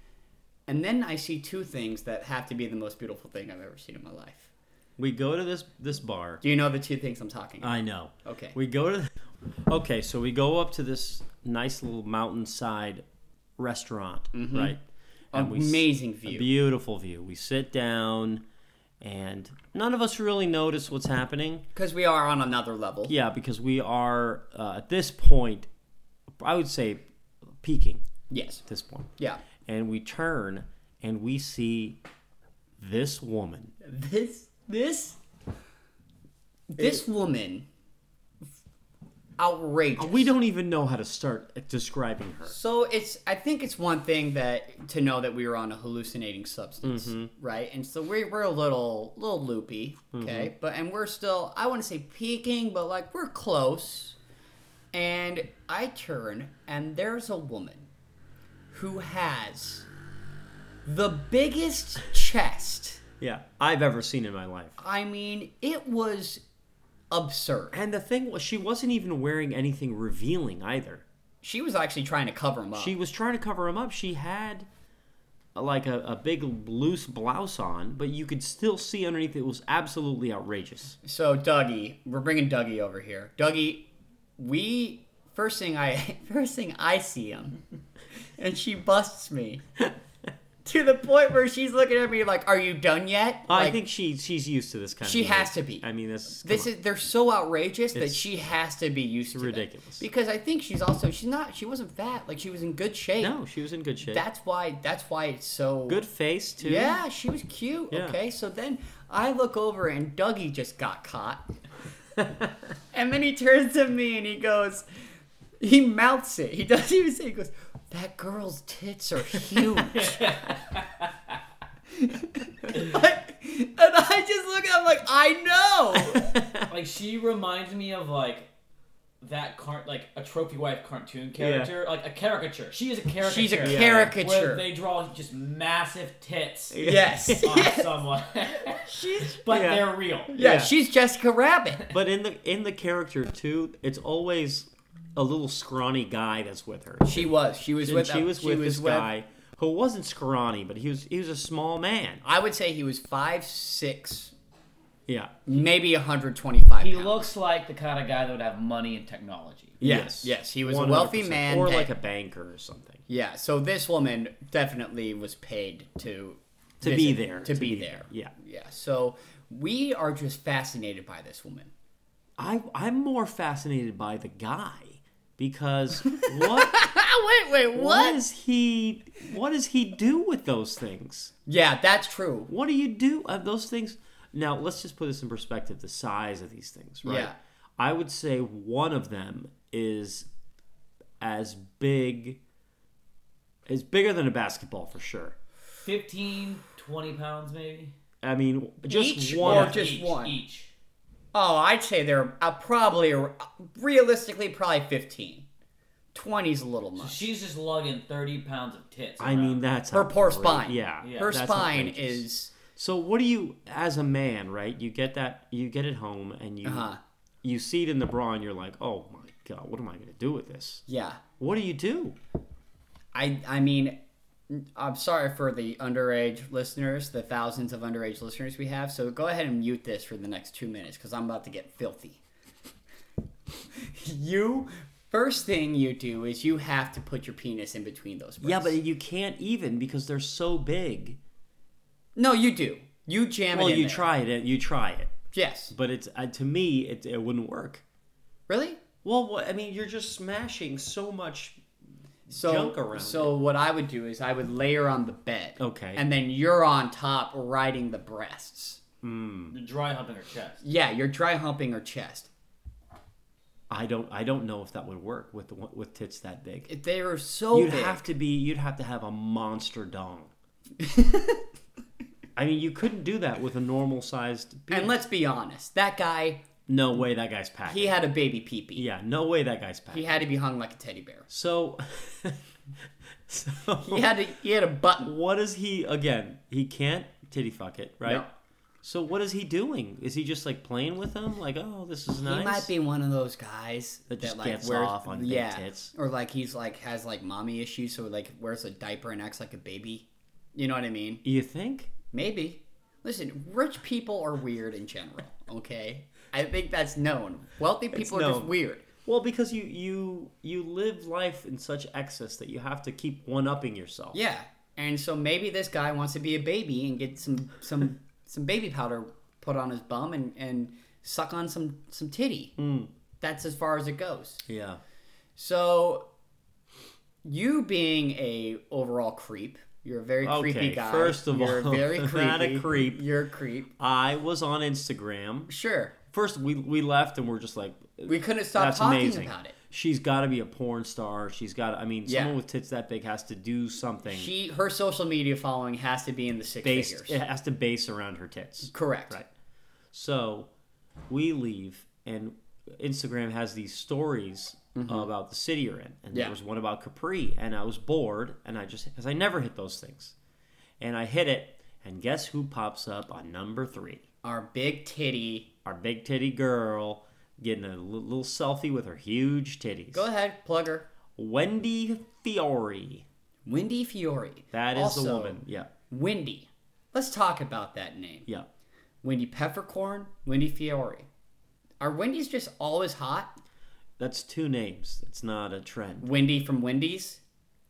[SPEAKER 1] And then I see two things that have to be the most beautiful thing I've ever seen in my life.
[SPEAKER 2] we go to this this bar.
[SPEAKER 1] Do you know the two things I'm talking about?
[SPEAKER 2] I know.
[SPEAKER 1] Okay.
[SPEAKER 2] Uh, We go to. Okay, so we go up to this nice little mountainside restaurant, right? s-
[SPEAKER 1] Mm-hmm. Amazing
[SPEAKER 2] a
[SPEAKER 1] view.
[SPEAKER 2] beautiful view. We sit down, and none of us really notice what's happening.
[SPEAKER 1] Because we are on another level.
[SPEAKER 2] Yeah, because we are uh, at this point, I would say, peaking
[SPEAKER 1] Yes.
[SPEAKER 2] at this point.
[SPEAKER 1] Yeah.
[SPEAKER 2] And we turn and we see this woman.
[SPEAKER 1] This this this woman outrageous.
[SPEAKER 2] We don't even know how to start describing her.
[SPEAKER 1] So it's I think it's one thing that to know that we were on a hallucinating substance,
[SPEAKER 2] Mm-hmm.
[SPEAKER 1] right? And so we we're a little little loopy, okay? But and we're still I wouldn't say peaking, but like we're close. And I turn and there's a woman who has the biggest chest.
[SPEAKER 2] Yeah, I've ever seen in my life.
[SPEAKER 1] I mean, it was absurd.
[SPEAKER 2] And the thing was, she wasn't even wearing anything revealing either.
[SPEAKER 1] She was actually trying to cover him up.
[SPEAKER 2] She was trying to cover him up. She had uh, like a, a big loose blouse on, but you could still see underneath it was absolutely outrageous.
[SPEAKER 1] so Dougie, we're bringing Dougie over here. Dougie, we first thing I first thing I see him, and she busts me to the point where she's looking at me like, "Are you done yet?"
[SPEAKER 2] I
[SPEAKER 1] Like,
[SPEAKER 2] think she she's used to this kind
[SPEAKER 1] She
[SPEAKER 2] of behavior.
[SPEAKER 1] has to be.
[SPEAKER 2] I mean,
[SPEAKER 1] this
[SPEAKER 2] this this is
[SPEAKER 1] is they're so outrageous that
[SPEAKER 2] It's
[SPEAKER 1] she has to be used to it.
[SPEAKER 2] ridiculous.
[SPEAKER 1] Because I think she's also she's not she wasn't fat like she was in good shape.
[SPEAKER 2] no, she was in good shape.
[SPEAKER 1] That's why that's why it's so
[SPEAKER 2] good face too.
[SPEAKER 1] Yeah, she was cute.
[SPEAKER 2] Yeah.
[SPEAKER 1] Okay, so then I look over and Dougie just got caught. and then he turns to me and he goes, he mouths it. He doesn't even say, he goes, that girl's tits are huge. Like, and I just look at him like, I know.
[SPEAKER 3] Like she reminds me of like that car- like a trophy wife cartoon character, like a caricature. She is a caricature.
[SPEAKER 1] She's a
[SPEAKER 2] yeah.
[SPEAKER 3] Where
[SPEAKER 1] caricature.
[SPEAKER 3] they draw just massive tits
[SPEAKER 1] Yes.
[SPEAKER 3] on someone,
[SPEAKER 1] She's,
[SPEAKER 3] but
[SPEAKER 2] Yeah.
[SPEAKER 3] they're real.
[SPEAKER 1] yeah,
[SPEAKER 2] Yeah.
[SPEAKER 1] she's Jessica Rabbit.
[SPEAKER 2] But in the in the character too, it's always a little scrawny guy that's with her.
[SPEAKER 1] She was. She was
[SPEAKER 2] and
[SPEAKER 1] with
[SPEAKER 2] she
[SPEAKER 1] him.
[SPEAKER 2] was with this guy who wasn't scrawny, but he was he was a small man.
[SPEAKER 1] I would say he was five six,
[SPEAKER 2] Yeah.
[SPEAKER 1] maybe 125.
[SPEAKER 3] He
[SPEAKER 1] pounds.
[SPEAKER 3] looks like the kind of guy that would have money and technology.
[SPEAKER 1] Yes, yes, he was a wealthy
[SPEAKER 2] 100%.
[SPEAKER 1] man
[SPEAKER 2] or
[SPEAKER 1] that-
[SPEAKER 2] like a banker or something.
[SPEAKER 1] Yeah, so this woman definitely was paid to
[SPEAKER 2] To
[SPEAKER 1] visit-
[SPEAKER 2] be there,
[SPEAKER 1] To, be, there.
[SPEAKER 2] Yeah.
[SPEAKER 1] Yeah. So we are just fascinated by this woman.
[SPEAKER 2] I I'm more fascinated by the guy because what
[SPEAKER 1] wait, wait,
[SPEAKER 2] what does he what does he do with those things?
[SPEAKER 1] Yeah, that's true.
[SPEAKER 2] What do you do of those things? Now let's just put this in perspective: the size of these things, right?
[SPEAKER 1] Yeah.
[SPEAKER 2] I would say one of them is as big is bigger than a basketball for sure.
[SPEAKER 3] 15, 20 pounds maybe.
[SPEAKER 2] I mean, just
[SPEAKER 1] Each
[SPEAKER 2] one.
[SPEAKER 1] or just
[SPEAKER 3] each,
[SPEAKER 1] one?
[SPEAKER 3] Each.
[SPEAKER 1] Oh, I'd say they're uh, probably ar- realistically probably 15. 20's a little much.
[SPEAKER 3] She's just lugging thirty pounds of tits.
[SPEAKER 2] I mean, that's
[SPEAKER 1] Her poor
[SPEAKER 2] outrageous.
[SPEAKER 1] spine.
[SPEAKER 2] Yeah,
[SPEAKER 3] Yeah.
[SPEAKER 1] Her
[SPEAKER 2] that's
[SPEAKER 1] spine
[SPEAKER 2] outrageous.
[SPEAKER 1] is
[SPEAKER 2] So what do you, as a man, right? You get that, you get it home, and you
[SPEAKER 1] uh
[SPEAKER 2] you see it in the bra, and you're like, oh my god, what am I gonna do with this?
[SPEAKER 1] yeah.
[SPEAKER 2] What do you do?
[SPEAKER 1] I I mean I'm sorry for the underage listeners, the thousands of underage listeners we have. So go ahead and mute this for the next 2 minutes cuz I'm about to get filthy. you first thing you do is you have to put your penis in between those breasts.
[SPEAKER 2] Yeah, but you can't even because they're so big.
[SPEAKER 1] No, you do. You jam
[SPEAKER 2] Well,
[SPEAKER 1] it in
[SPEAKER 2] you
[SPEAKER 1] there.
[SPEAKER 2] try it, you try it,
[SPEAKER 1] Yes.
[SPEAKER 2] but it's uh, to me, it, it wouldn't work.
[SPEAKER 1] Really?
[SPEAKER 2] Well, what, I mean, you're just smashing so much.
[SPEAKER 1] so,
[SPEAKER 2] junk around Oh,
[SPEAKER 1] So what I would do is I would layer on the bed.
[SPEAKER 2] Okay.
[SPEAKER 1] And then you're on top riding the breasts.
[SPEAKER 2] Hmm.
[SPEAKER 3] dry humping her chest.
[SPEAKER 1] Yeah, you're dry humping her chest.
[SPEAKER 2] I don't, I don't know if that would work with the one- with tits that big.
[SPEAKER 1] If They are so
[SPEAKER 2] you'd
[SPEAKER 1] big.
[SPEAKER 2] have to be, you'd have to have a monster dong. I mean, you couldn't do that with a normal sized.
[SPEAKER 1] and let's be honest, that guy,
[SPEAKER 2] no way that guy's packed.
[SPEAKER 1] he had a baby peepee.
[SPEAKER 2] yeah, no way that guy's packed.
[SPEAKER 1] He had to be hung like a teddy bear.
[SPEAKER 2] so, so
[SPEAKER 1] He had to, he had a button.
[SPEAKER 2] what is he again? He can't titty fuck it, right?
[SPEAKER 1] No.
[SPEAKER 2] So what is he doing? Is he just like playing with them? Like, oh, this is nice.
[SPEAKER 1] He might be one of those guys
[SPEAKER 2] That just
[SPEAKER 1] like
[SPEAKER 2] gets
[SPEAKER 1] wears-
[SPEAKER 2] off on big
[SPEAKER 1] yeah,
[SPEAKER 2] tits.
[SPEAKER 1] or like he's like has like mommy issues, so like wears a diaper and acts like a baby. You know what I mean?
[SPEAKER 2] You think?
[SPEAKER 1] Maybe. Listen, rich people are weird in general, okay? I think that's known. Wealthy people are just
[SPEAKER 2] known.
[SPEAKER 1] weird.
[SPEAKER 2] Well, because you you you live life in such excess that you have to keep one upping yourself.
[SPEAKER 1] Yeah. And so maybe this guy wants to be a baby and get some some some baby powder put on his bum and and suck on some some titty.
[SPEAKER 2] Hmm.
[SPEAKER 1] That's as far as it goes.
[SPEAKER 2] Yeah.
[SPEAKER 1] So you being a overall creep, you're a very creepy
[SPEAKER 2] Okay,
[SPEAKER 1] guy.
[SPEAKER 2] first of
[SPEAKER 1] you're
[SPEAKER 2] all,
[SPEAKER 1] very creepy.
[SPEAKER 2] not a creep.
[SPEAKER 1] You're a creep.
[SPEAKER 2] I was on Instagram.
[SPEAKER 1] Sure.
[SPEAKER 2] First, we we left and we're just like,
[SPEAKER 1] We couldn't stop
[SPEAKER 2] That's
[SPEAKER 1] talking
[SPEAKER 2] amazing.
[SPEAKER 1] about it.
[SPEAKER 2] she's got to be a porn star. She's got. I mean,
[SPEAKER 1] Yeah.
[SPEAKER 2] someone with tits that big has to do something.
[SPEAKER 1] She her social media following has to be in the six
[SPEAKER 2] based.
[SPEAKER 1] figures.
[SPEAKER 2] It has to base around her tits.
[SPEAKER 1] Correct.
[SPEAKER 2] Right. So we leave, and Instagram has these stories about the city you're in. And
[SPEAKER 1] Mm-hmm. Yeah.
[SPEAKER 2] there was one about Capri, and I was bored, and I just, because I never hit those things. And I hit it, and guess who pops up on number three?
[SPEAKER 1] Our big titty.
[SPEAKER 2] Our big titty girl getting a li- little selfie with her huge titties.
[SPEAKER 1] Go ahead, plug her.
[SPEAKER 2] Wendy Fiore.
[SPEAKER 1] Wendy Fiore.
[SPEAKER 2] That is the
[SPEAKER 1] Also,
[SPEAKER 2] woman. Yeah.
[SPEAKER 1] Wendy. Let's talk about that name.
[SPEAKER 2] Yeah.
[SPEAKER 1] Wendy Peppercorn, Wendy Fiore. Are Wendy's just always hot?
[SPEAKER 2] That's two names. It's not a trend.
[SPEAKER 1] Wendy from Wendy's,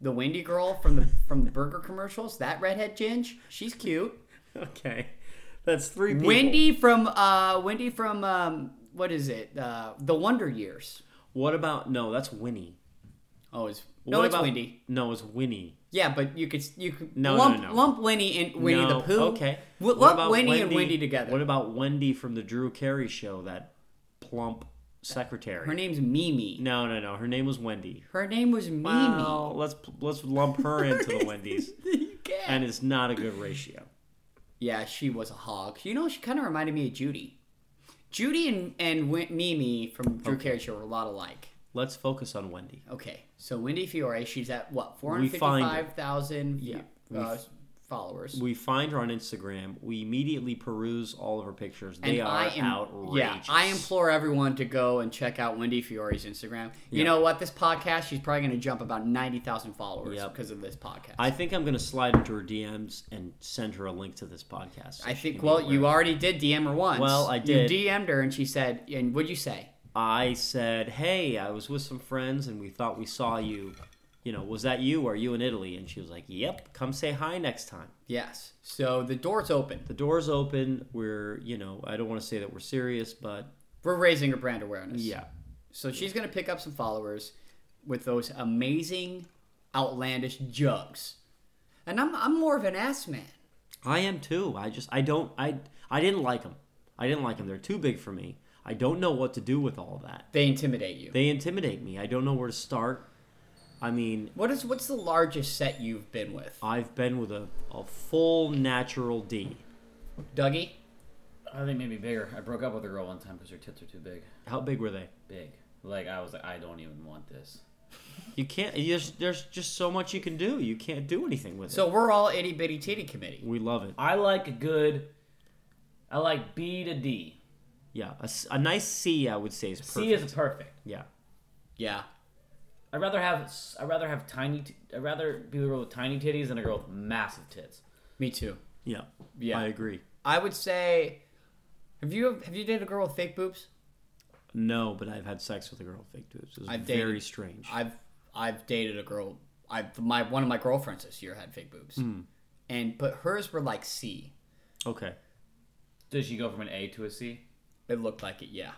[SPEAKER 1] the Wendy girl from the from the burger commercials, that redhead ginge, she's cute.
[SPEAKER 2] Okay. That's three people.
[SPEAKER 1] Wendy from uh Wendy from um what is it? Uh The Wonder Years.
[SPEAKER 2] What about, no, that's Winnie.
[SPEAKER 1] Oh, it's No,
[SPEAKER 2] What
[SPEAKER 1] it's
[SPEAKER 2] about-
[SPEAKER 1] Wendy.
[SPEAKER 2] No, it's Winnie.
[SPEAKER 1] Yeah, but you could you could
[SPEAKER 2] No, no,
[SPEAKER 1] lump
[SPEAKER 2] no.
[SPEAKER 1] lump Winnie and Winnie
[SPEAKER 2] No,
[SPEAKER 1] the Pooh.
[SPEAKER 2] Okay.
[SPEAKER 1] W-
[SPEAKER 2] What
[SPEAKER 1] lump
[SPEAKER 2] about
[SPEAKER 1] Winnie, and Wendy together.
[SPEAKER 2] What about Wendy from the Drew Carey show? That plump secretary.
[SPEAKER 1] Her name's Mimi.
[SPEAKER 2] no, no, no. Her name was Wendy.
[SPEAKER 1] Her name was Mimi.
[SPEAKER 2] Well, let's let's lump her into the Wendy's,
[SPEAKER 1] You can't.
[SPEAKER 2] and it's not a good ratio.
[SPEAKER 1] Yeah, she was a hog. You know, she kind of reminded me of Judy. Judy and and Wi- Mimi from Drew Carey show were a lot alike.
[SPEAKER 2] Let's focus on Wendy.
[SPEAKER 1] Okay, so Wendy Fiore, she's at what four
[SPEAKER 2] We
[SPEAKER 1] hundred
[SPEAKER 2] find her.
[SPEAKER 1] fifty-five thousand
[SPEAKER 2] Yeah, we
[SPEAKER 1] uh,
[SPEAKER 2] f-
[SPEAKER 1] followers.
[SPEAKER 2] We find her on Instagram. We immediately peruse all of her pictures.
[SPEAKER 1] and
[SPEAKER 2] They are
[SPEAKER 1] I am,
[SPEAKER 2] outrageous.
[SPEAKER 1] Yeah, I implore everyone to go and check out Wendy Fiore's Instagram. You
[SPEAKER 2] Yeah.
[SPEAKER 1] know what? This podcast, she's probably going to jump about ninety thousand followers
[SPEAKER 2] Yep.
[SPEAKER 1] because of this podcast.
[SPEAKER 2] I think I'm gonna slide into her DMs and send her a link to this podcast. so
[SPEAKER 1] I
[SPEAKER 2] she
[SPEAKER 1] think.
[SPEAKER 2] can be
[SPEAKER 1] Well,
[SPEAKER 2] aware.
[SPEAKER 1] you already did DM her once.
[SPEAKER 2] Well, I did.
[SPEAKER 1] You DM'd her, and she said, "And what'd you say?"
[SPEAKER 2] I said, "Hey, I was with some friends and we thought we saw you. You know, was that you? Are you in Italy?" And she was like, "Yep, come say hi next time."
[SPEAKER 1] Yes. So the door's open.
[SPEAKER 2] The door's open. We're, you know, I don't want to say that we're serious, but
[SPEAKER 1] We're raising her brand awareness.
[SPEAKER 2] yeah.
[SPEAKER 1] So she's going to pick up some followers with those amazing, outlandish jugs. And I'm, I'm more of an ass man.
[SPEAKER 2] I am too. I just I don't I I didn't like them. I didn't like them. They're too big for me. I don't know what to do with all that.
[SPEAKER 1] They intimidate you.
[SPEAKER 2] They intimidate me. I don't know where to start. I mean,
[SPEAKER 1] What is what's the largest set you've been with,
[SPEAKER 2] I've been with a, a full natural D.
[SPEAKER 1] Dougie?
[SPEAKER 3] I think maybe bigger. I broke up with a girl one time because her tits are too big.
[SPEAKER 2] How big were they?
[SPEAKER 3] Big. Like I was like, I don't even want this.
[SPEAKER 2] You can't. There's, there's just so much you can do. You can't do anything with
[SPEAKER 1] So we're all itty bitty titty committee.
[SPEAKER 2] it. We love it.
[SPEAKER 3] I like a good. I like B to D.
[SPEAKER 2] Yeah, a, s- a nice C, I would say is perfect.
[SPEAKER 3] C is perfect.
[SPEAKER 2] yeah.
[SPEAKER 1] Yeah.
[SPEAKER 3] I'd rather have s- I'd rather have tiny t- I'd rather be with a girl with tiny titties than a girl with massive tits.
[SPEAKER 1] Me too.
[SPEAKER 2] Yeah.
[SPEAKER 1] Yeah.
[SPEAKER 2] I agree.
[SPEAKER 1] I would say have you have you dated a girl with fake boobs?
[SPEAKER 2] No, but I've had sex with a girl with fake boobs. It was
[SPEAKER 1] I've
[SPEAKER 2] very
[SPEAKER 1] dated-
[SPEAKER 2] strange.
[SPEAKER 1] I've I've dated a girl I've my one of my girlfriends this year had fake boobs. And but hers were like C.
[SPEAKER 2] okay.
[SPEAKER 3] Does she go from an A to a C?
[SPEAKER 1] It looked like it, yeah.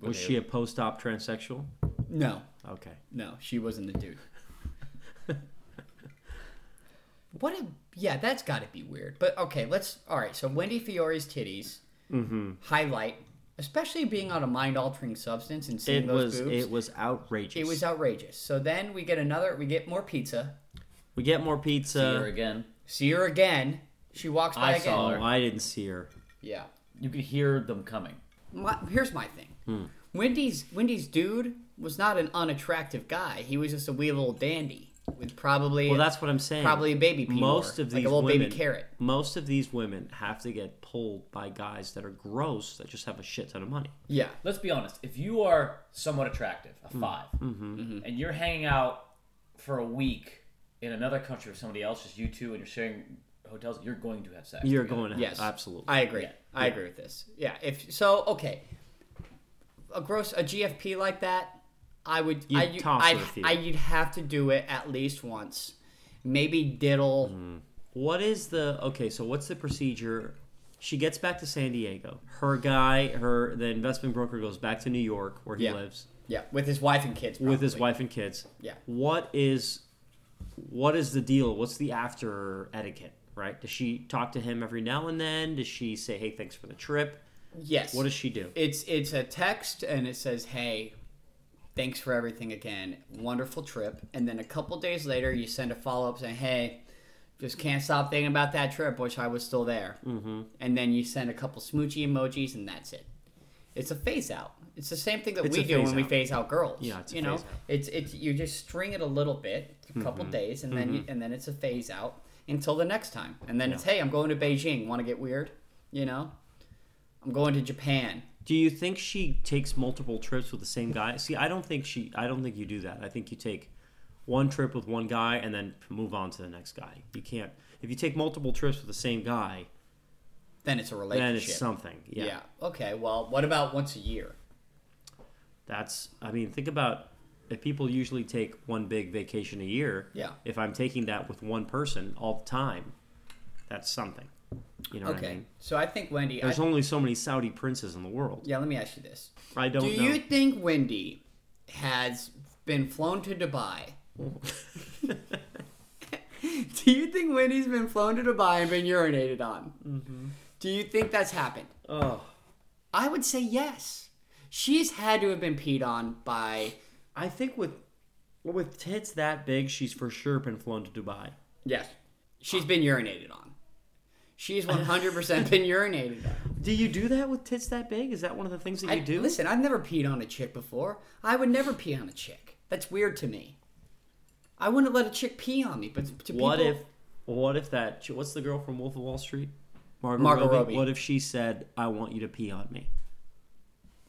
[SPEAKER 3] Were
[SPEAKER 2] Was
[SPEAKER 3] they-
[SPEAKER 2] she a post-op transsexual?
[SPEAKER 1] No,
[SPEAKER 2] Okay.
[SPEAKER 1] no, she wasn't the dude. what a yeah, that's gotta be weird. But okay, let's all right, so Wendy Fiore's titties
[SPEAKER 2] Mm-hmm.
[SPEAKER 1] highlight, especially being on a mind altering substance and seeing
[SPEAKER 2] It
[SPEAKER 1] those
[SPEAKER 2] was
[SPEAKER 1] boobs.
[SPEAKER 2] it was outrageous.
[SPEAKER 1] It was outrageous. So then we get another. We get more pizza.
[SPEAKER 2] we get more
[SPEAKER 3] See her
[SPEAKER 2] pizza.
[SPEAKER 3] again.
[SPEAKER 1] See her again. She walks by
[SPEAKER 3] I
[SPEAKER 1] again.
[SPEAKER 3] saw
[SPEAKER 2] Oh, I didn't see her.
[SPEAKER 1] Yeah.
[SPEAKER 3] You could hear them coming.
[SPEAKER 1] My, here's my thing.
[SPEAKER 2] Hmm.
[SPEAKER 1] Wendy's Wendy's dude was not an unattractive guy. He was just a wee little dandy with probably
[SPEAKER 2] Well, that's what I'm saying.
[SPEAKER 1] probably a baby. Pee
[SPEAKER 2] most
[SPEAKER 1] more,
[SPEAKER 2] of
[SPEAKER 1] like
[SPEAKER 2] these
[SPEAKER 1] a little
[SPEAKER 2] women,
[SPEAKER 1] baby carrot.
[SPEAKER 2] Most of these women have to get pulled by guys that are gross that just have a shit ton of money.
[SPEAKER 1] Yeah.
[SPEAKER 3] Let's be honest. If you are somewhat attractive, a 5 and you're hanging out for a week in another country with somebody else, just you two, and you're sharing hotels, you're going to have sex.
[SPEAKER 2] You're
[SPEAKER 3] together.
[SPEAKER 2] going to
[SPEAKER 1] Yes.
[SPEAKER 2] have absolutely.
[SPEAKER 1] I agree.
[SPEAKER 3] Yeah.
[SPEAKER 1] I agree with this. Yeah. If so, okay. A gross a GFP like that, I would.
[SPEAKER 2] You'd
[SPEAKER 1] I, would
[SPEAKER 2] toss
[SPEAKER 1] I'd,
[SPEAKER 2] her a few.
[SPEAKER 1] I, would have to do it at least once. Maybe diddle.
[SPEAKER 2] Mm-hmm. What is the okay? So what's the procedure? She gets back to San Diego. Her guy, her the investment broker goes back to New York where he
[SPEAKER 1] Yeah.
[SPEAKER 2] lives
[SPEAKER 1] Yeah, with his wife and kids.
[SPEAKER 2] with his
[SPEAKER 1] probably.
[SPEAKER 2] wife and kids.
[SPEAKER 1] Yeah.
[SPEAKER 2] What is what is the deal? What's the after etiquette? Right? Does she talk to him every now and then? Does she say, "Hey, thanks for the trip"?
[SPEAKER 1] Yes.
[SPEAKER 2] What does she do?
[SPEAKER 1] It's it's a text and it says, "Hey, thanks for everything again. Wonderful trip." And then a couple days later, you send a follow up saying, "Hey, just can't stop thinking about that trip. Wish I was still there." Mm-hmm. And then you send a couple smoochy emojis, and that's it. It's a phase out. It's the same thing that
[SPEAKER 2] It's
[SPEAKER 1] we
[SPEAKER 2] a
[SPEAKER 1] do when we
[SPEAKER 2] phase-out.
[SPEAKER 1] phase out girls.
[SPEAKER 2] Yeah, it's a
[SPEAKER 1] you know,
[SPEAKER 2] phase-out.
[SPEAKER 1] it's it's you just string it a little bit, a couple days, and then you, and then it's a phase out until the next time. And then it's, "Hey, I'm going to Beijing. Want to get weird?" You know, I'm going to Japan.
[SPEAKER 2] Do you think she takes multiple trips with the same guy? See, I don't think she. I don't think you do that. I think you take one trip with one guy and then move on to the next guy. You can't. If you take multiple trips with the same guy,
[SPEAKER 1] then it's a relationship.
[SPEAKER 2] then it's something. Yeah.
[SPEAKER 1] yeah. Okay. Well, what about once a year?
[SPEAKER 2] That's. I mean, think about if people usually take one big vacation a year.
[SPEAKER 1] Yeah.
[SPEAKER 2] If I'm taking that with one person all the time, that's something. You know what I
[SPEAKER 1] okay.
[SPEAKER 2] mean?
[SPEAKER 1] So I think Wendy. I,
[SPEAKER 2] There's only so many Saudi princes in the world.
[SPEAKER 1] yeah. Let me ask you this.
[SPEAKER 2] I don't
[SPEAKER 1] Do
[SPEAKER 2] know.
[SPEAKER 1] you think Wendy has been flown to Dubai? Do you think Wendy's been flown to Dubai and been urinated on? Mm-hmm. Do you think that's happened?
[SPEAKER 2] oh,
[SPEAKER 1] I would say yes. She's had to have been peed on by.
[SPEAKER 2] I think with with tits that big, she's for sure been flown to Dubai.
[SPEAKER 1] Yes. She's been urinated on. She's 100% been urinated on.
[SPEAKER 2] Do you do that with tits that big? Is that one of the things that you
[SPEAKER 1] I-
[SPEAKER 2] do?
[SPEAKER 1] Listen, I've never peed on a chick before. I would never pee on a chick. That's weird to me. I wouldn't let a chick pee on me, but to
[SPEAKER 2] what
[SPEAKER 1] people,
[SPEAKER 2] if what if that ch- what's the girl from Wolf of Wall Street? Margot,
[SPEAKER 1] Margot
[SPEAKER 2] Robbie.
[SPEAKER 1] Robbie.
[SPEAKER 2] What if she said, "I want you to pee on me"?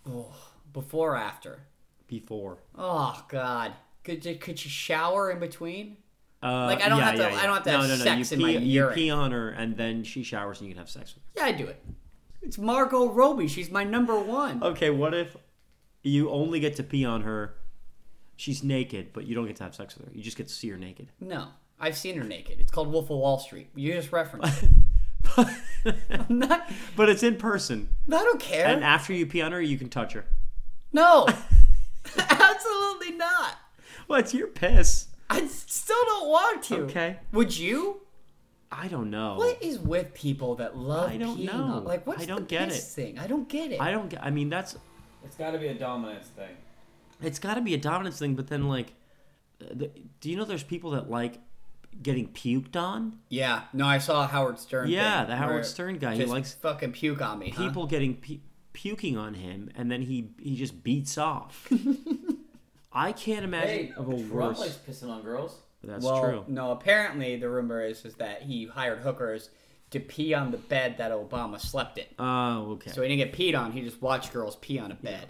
[SPEAKER 1] Oh, before or after?
[SPEAKER 2] Before,
[SPEAKER 1] Oh God, could you, could you shower in between?
[SPEAKER 2] uh,
[SPEAKER 1] Like, I don't
[SPEAKER 2] yeah,
[SPEAKER 1] have to-
[SPEAKER 2] yeah, yeah.
[SPEAKER 1] I don't have to
[SPEAKER 2] no,
[SPEAKER 1] have
[SPEAKER 2] no, no.
[SPEAKER 1] sex
[SPEAKER 2] you
[SPEAKER 1] in
[SPEAKER 2] pee,
[SPEAKER 1] my
[SPEAKER 2] You
[SPEAKER 1] urine.
[SPEAKER 2] pee on her, and then she showers, and you can have sex with
[SPEAKER 1] Yeah, I do it. It's Margot Robbie. She's my number one.
[SPEAKER 2] her. Okay, what if you only get to pee on her? She's naked, but you don't get to have sex with her. You just get to see her naked.
[SPEAKER 1] No, I've seen her naked. It's called Wolf of Wall Street. You just referenced. it.
[SPEAKER 2] but
[SPEAKER 1] I'm not,
[SPEAKER 2] it's in person,
[SPEAKER 1] I don't care.
[SPEAKER 2] and after you pee on her, you can touch her.
[SPEAKER 1] no, absolutely not.
[SPEAKER 2] Well, it's your piss.
[SPEAKER 1] I still don't want to.
[SPEAKER 2] Okay.
[SPEAKER 1] Would you?
[SPEAKER 2] I don't know.
[SPEAKER 1] What is with people that love
[SPEAKER 2] I don't
[SPEAKER 1] peeing
[SPEAKER 2] know.
[SPEAKER 1] on- Like, what's
[SPEAKER 2] I don't
[SPEAKER 1] the
[SPEAKER 2] get
[SPEAKER 1] piss
[SPEAKER 2] it.
[SPEAKER 1] thing? I don't get it.
[SPEAKER 2] I don't. get- I mean, that's
[SPEAKER 3] It's got to be a dominance thing.
[SPEAKER 2] it's got to be a dominance thing, but then like uh, the, do you know there's people that like getting puked on?
[SPEAKER 1] Yeah. No, I saw a Howard Stern.
[SPEAKER 2] Yeah,
[SPEAKER 1] thing
[SPEAKER 2] the Howard
[SPEAKER 1] where
[SPEAKER 2] Stern guy, he
[SPEAKER 1] Just
[SPEAKER 2] likes-
[SPEAKER 1] fucking puke on me. huh?
[SPEAKER 2] People getting pu- puking on him, and then he he just beats off. I can't imagine
[SPEAKER 3] Hey,
[SPEAKER 2] of a
[SPEAKER 3] Trump
[SPEAKER 2] worse.
[SPEAKER 3] likes pissing on girls.
[SPEAKER 2] That's
[SPEAKER 1] well,
[SPEAKER 2] true.
[SPEAKER 1] No, apparently the rumor is is that he hired hookers to pee on the bed that Obama slept in.
[SPEAKER 2] Oh, okay.
[SPEAKER 1] So he didn't get peed on. He just watched girls pee on a bed,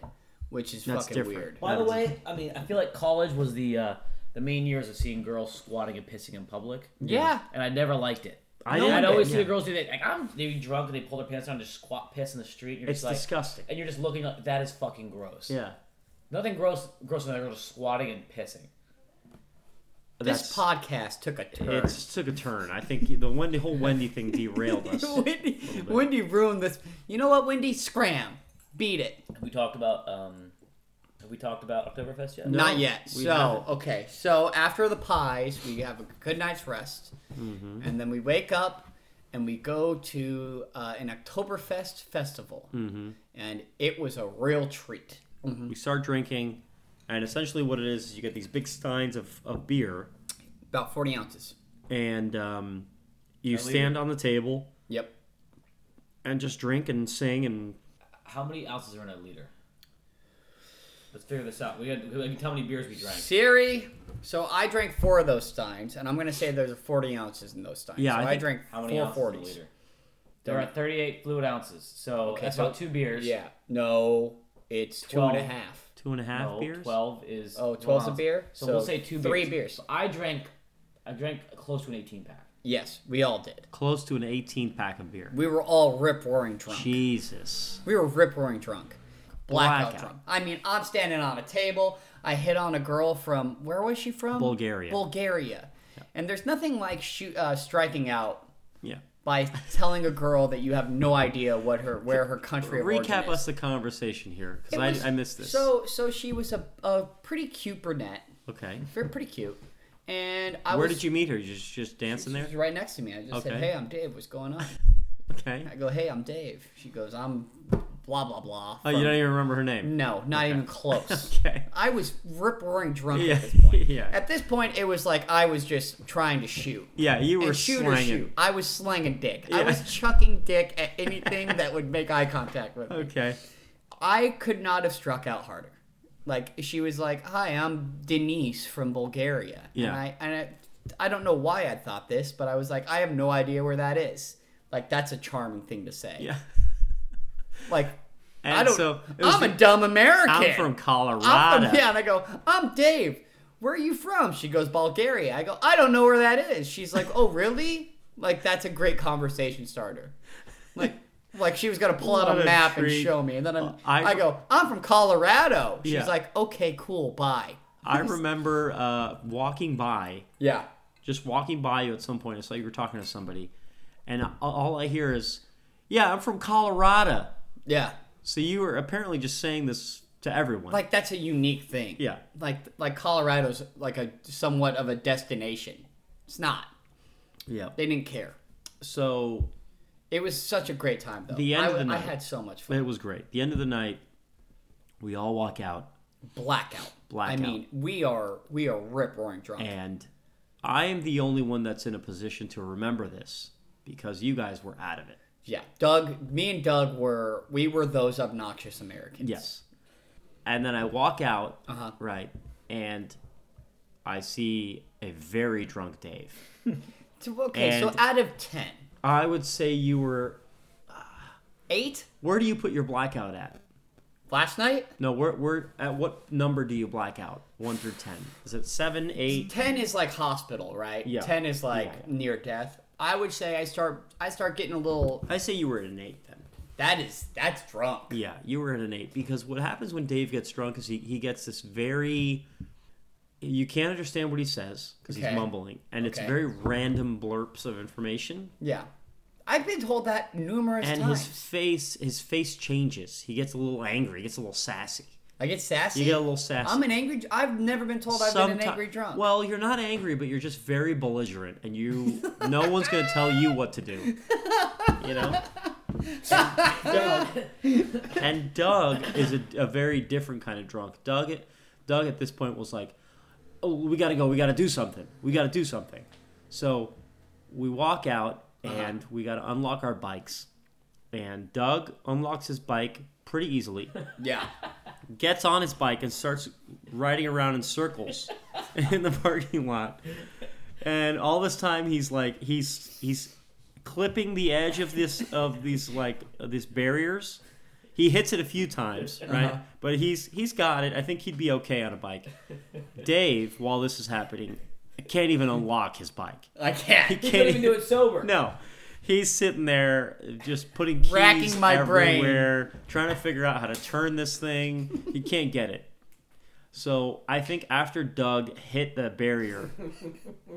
[SPEAKER 1] which is
[SPEAKER 2] That's
[SPEAKER 1] fucking
[SPEAKER 2] different.
[SPEAKER 1] weird.
[SPEAKER 3] By
[SPEAKER 2] That
[SPEAKER 3] the
[SPEAKER 2] is-
[SPEAKER 3] way, I mean, I feel like college was the uh, the main years of seeing girls squatting and pissing in public.
[SPEAKER 1] Yeah.
[SPEAKER 3] and I never liked it.
[SPEAKER 2] I
[SPEAKER 3] I
[SPEAKER 2] didn't-
[SPEAKER 3] would always see
[SPEAKER 2] yeah.
[SPEAKER 3] the girls do that. Like I'm, they be drunk and they pull their pants down and just squat piss in the street. And you're
[SPEAKER 2] it's
[SPEAKER 3] just like,
[SPEAKER 2] disgusting.
[SPEAKER 3] and you're just looking like that is fucking gross.
[SPEAKER 2] Yeah.
[SPEAKER 3] nothing gross, gross than a girl just squatting and pissing.
[SPEAKER 1] This podcast took a turn.
[SPEAKER 2] It took a turn. I think the Wendy whole Wendy thing derailed us.
[SPEAKER 1] Wendy, Wendy ruined this. You know what, Wendy? Scram, beat it.
[SPEAKER 3] Have we talked about um, have we talked about Oktoberfest yet?
[SPEAKER 2] No.
[SPEAKER 1] Not yet.
[SPEAKER 2] we
[SPEAKER 1] So
[SPEAKER 2] haven't.
[SPEAKER 1] okay. So after the pies, we have a good night's rest,
[SPEAKER 3] Mm-hmm.
[SPEAKER 1] and then we wake up and we go to uh, an Oktoberfest festival,
[SPEAKER 3] Mm-hmm.
[SPEAKER 1] and it was a real treat.
[SPEAKER 2] We start drinking, and essentially what it is is you get these big steins of, of beer,
[SPEAKER 1] About forty ounces.
[SPEAKER 2] and um, you
[SPEAKER 3] leave
[SPEAKER 2] stand on the table
[SPEAKER 1] Yep.
[SPEAKER 2] and just drink and sing and
[SPEAKER 3] How many ounces are in a liter? Let's figure this out. We had, we had how many beers we drank.
[SPEAKER 1] Siri. So I drank four of those steins, and I'm gonna say there's 40 ounces in those steins.
[SPEAKER 2] Yeah,
[SPEAKER 1] so
[SPEAKER 2] I
[SPEAKER 1] I,
[SPEAKER 2] think-
[SPEAKER 1] drank
[SPEAKER 3] How many
[SPEAKER 1] four
[SPEAKER 3] ounces in a
[SPEAKER 1] 40s.
[SPEAKER 3] liter? There are 38 fluid ounces, so that's
[SPEAKER 1] so-
[SPEAKER 3] about two beers.
[SPEAKER 1] Yeah. No, it's two and a half.
[SPEAKER 3] 12.
[SPEAKER 2] two and a half
[SPEAKER 3] No,
[SPEAKER 2] beers.
[SPEAKER 3] 12 is
[SPEAKER 1] Oh,
[SPEAKER 3] one
[SPEAKER 1] 12's a
[SPEAKER 3] ounce.
[SPEAKER 1] beer?
[SPEAKER 3] So,
[SPEAKER 1] So
[SPEAKER 3] we'll say two
[SPEAKER 1] three beers.
[SPEAKER 3] beers. So I drank, I drank close to an 18 pack.
[SPEAKER 1] Yes, we all did.
[SPEAKER 2] Close to an 18 pack of beer.
[SPEAKER 1] We were all rip roaring drunk.
[SPEAKER 2] Jesus.
[SPEAKER 1] We were rip roaring drunk. Blackout,
[SPEAKER 2] Blackout.
[SPEAKER 1] drunk. I mean, I'm standing on a table. I hit on a girl from where was she from?
[SPEAKER 2] Bulgaria.
[SPEAKER 1] Bulgaria. And there's nothing like shoot, uh, striking out
[SPEAKER 2] Yeah.
[SPEAKER 1] by telling a girl that you have no idea what her where her country of origin
[SPEAKER 2] Recap
[SPEAKER 1] is.
[SPEAKER 2] us the conversation here
[SPEAKER 1] It
[SPEAKER 2] because I,
[SPEAKER 1] was-
[SPEAKER 2] I missed this.
[SPEAKER 1] So so she was a, a pretty cute brunette,
[SPEAKER 2] okay.
[SPEAKER 1] very pretty cute, and I
[SPEAKER 2] Where
[SPEAKER 1] was,
[SPEAKER 2] did you meet her? You just just
[SPEAKER 1] She
[SPEAKER 2] dancing there?
[SPEAKER 1] was right next to me. I just said,
[SPEAKER 2] Okay.
[SPEAKER 1] "Hey, I'm Dave. What's going on?"
[SPEAKER 2] Okay.
[SPEAKER 1] I go, "Hey, I'm Dave." She goes, "I'm blah blah blah."
[SPEAKER 2] Oh, you
[SPEAKER 1] from-
[SPEAKER 2] don't even remember her name.
[SPEAKER 1] No, not even close.
[SPEAKER 2] Okay.
[SPEAKER 1] I was rip roaring drunk
[SPEAKER 2] Yeah.
[SPEAKER 1] at this point.
[SPEAKER 2] yeah.
[SPEAKER 1] At this point, it was like I was just trying to shoot.
[SPEAKER 2] Yeah. You were
[SPEAKER 1] and shoot or
[SPEAKER 2] slanging.
[SPEAKER 1] shoot. I was slanging dick. I
[SPEAKER 2] Yeah.
[SPEAKER 1] was chucking dick at anything that would make eye contact with me.
[SPEAKER 2] Okay.
[SPEAKER 1] I could not have struck out harder. Like she was like, "Hi, I'm Denise from Bulgaria,"
[SPEAKER 2] Yeah.
[SPEAKER 1] and I and I, I don't know why I thought this, but I was like, "I have no idea where that is." Like that's a charming thing to say.
[SPEAKER 2] Yeah.
[SPEAKER 1] Like
[SPEAKER 2] And
[SPEAKER 1] I don't.
[SPEAKER 2] so it was
[SPEAKER 1] I'm
[SPEAKER 2] the-
[SPEAKER 1] a dumb American.
[SPEAKER 2] I'm from Colorado.
[SPEAKER 1] I'm from- yeah, and I go, I'm Dave. Where are you from? She goes, Bulgaria. I go, I don't know where that is. She's like, Oh, really? Like that's a great conversation starter. Like, like she was gonna pull out
[SPEAKER 2] What
[SPEAKER 1] a
[SPEAKER 2] a
[SPEAKER 1] map and
[SPEAKER 2] treat.
[SPEAKER 1] show me, and then I'm,
[SPEAKER 2] I-
[SPEAKER 1] I, go, I'm from Colorado. She's
[SPEAKER 2] Yeah.
[SPEAKER 1] like, Okay, cool, bye.
[SPEAKER 2] I remember uh, walking by,
[SPEAKER 1] Yeah,
[SPEAKER 2] just walking by you at some point. I saw you were talking to somebody, and a- all I hear is, "Yeah, I'm from Colorado."
[SPEAKER 1] yeah.
[SPEAKER 2] So you were apparently just saying this to everyone.
[SPEAKER 1] Like that's a unique thing.
[SPEAKER 2] Yeah.
[SPEAKER 1] Like like Colorado's like a somewhat of a destination. It's not.
[SPEAKER 2] yeah.
[SPEAKER 1] They didn't care.
[SPEAKER 2] So
[SPEAKER 1] It was such a great time though.
[SPEAKER 2] The end
[SPEAKER 1] I,
[SPEAKER 2] of the
[SPEAKER 1] w- I
[SPEAKER 2] night.
[SPEAKER 1] had so much fun.
[SPEAKER 2] it was great. The end of the night, we all walk out,
[SPEAKER 1] blackout.
[SPEAKER 2] Blackout.
[SPEAKER 1] I mean, we are we are rip roaring drunk.
[SPEAKER 2] and I am the only one that's in a position to remember this because you guys were out of it.
[SPEAKER 1] yeah, Doug, me and Doug were we were those obnoxious Americans.
[SPEAKER 2] Yes. And then I walk out,
[SPEAKER 1] Uh-huh.
[SPEAKER 2] right, and I see a very drunk Dave.
[SPEAKER 1] So, okay, so
[SPEAKER 2] And-
[SPEAKER 1] out of ten,
[SPEAKER 2] I would say you were.
[SPEAKER 1] eight
[SPEAKER 2] Where do you put your blackout at?
[SPEAKER 1] last night.
[SPEAKER 2] No, where, where at what number do you blackout? One through ten. Is it seven, eight?
[SPEAKER 1] Ten is like hospital, right?
[SPEAKER 2] Yeah.
[SPEAKER 1] Ten is like
[SPEAKER 2] Yeah, yeah.
[SPEAKER 1] near death. I would say I start I start getting a little.
[SPEAKER 2] I say you were at an eight then.
[SPEAKER 1] That is that's drunk.
[SPEAKER 2] Yeah, you were at an eight because what happens when Dave gets drunk is he, he gets this very. You can't understand what he says because
[SPEAKER 1] Okay.
[SPEAKER 2] he's mumbling, and it's
[SPEAKER 1] Okay.
[SPEAKER 2] very random blurps of information.
[SPEAKER 1] Yeah, I've been told that numerous
[SPEAKER 2] and
[SPEAKER 1] times.
[SPEAKER 2] his face his face changes. He gets a little angry. He gets a little sassy.
[SPEAKER 1] I get sassy.
[SPEAKER 2] You get a little sassy.
[SPEAKER 1] I'm an angry. I've never been told I've been
[SPEAKER 2] Someti-
[SPEAKER 1] an angry drunk.
[SPEAKER 2] Well, you're not angry, but you're just very belligerent, and you no one's gonna tell you what to do. You know. and Doug is a, a very different kind of drunk. Doug, Doug at this point was like, oh, we got to go. We got to do something. We got to do something. So we walk out and we got to unlock our bikes. And Doug unlocks his bike pretty easily,
[SPEAKER 1] Yeah.
[SPEAKER 2] gets on his bike and starts riding around in circles in the parking lot. And all this time he's like he's he's clipping the edge of this of these like of these barriers. He hits it a few times, right?
[SPEAKER 1] Uh-huh.
[SPEAKER 2] But he's he's got it. I think he'd be okay on a bike. Dave, while this is happening, can't even unlock his bike.
[SPEAKER 1] I can't.
[SPEAKER 3] He couldn't even do it sober.
[SPEAKER 2] No. He's sitting there just putting keys
[SPEAKER 1] Racking my brain.
[SPEAKER 2] everywhere, trying to figure out how to turn this thing. He can't get it. So I think after Doug hit the barrier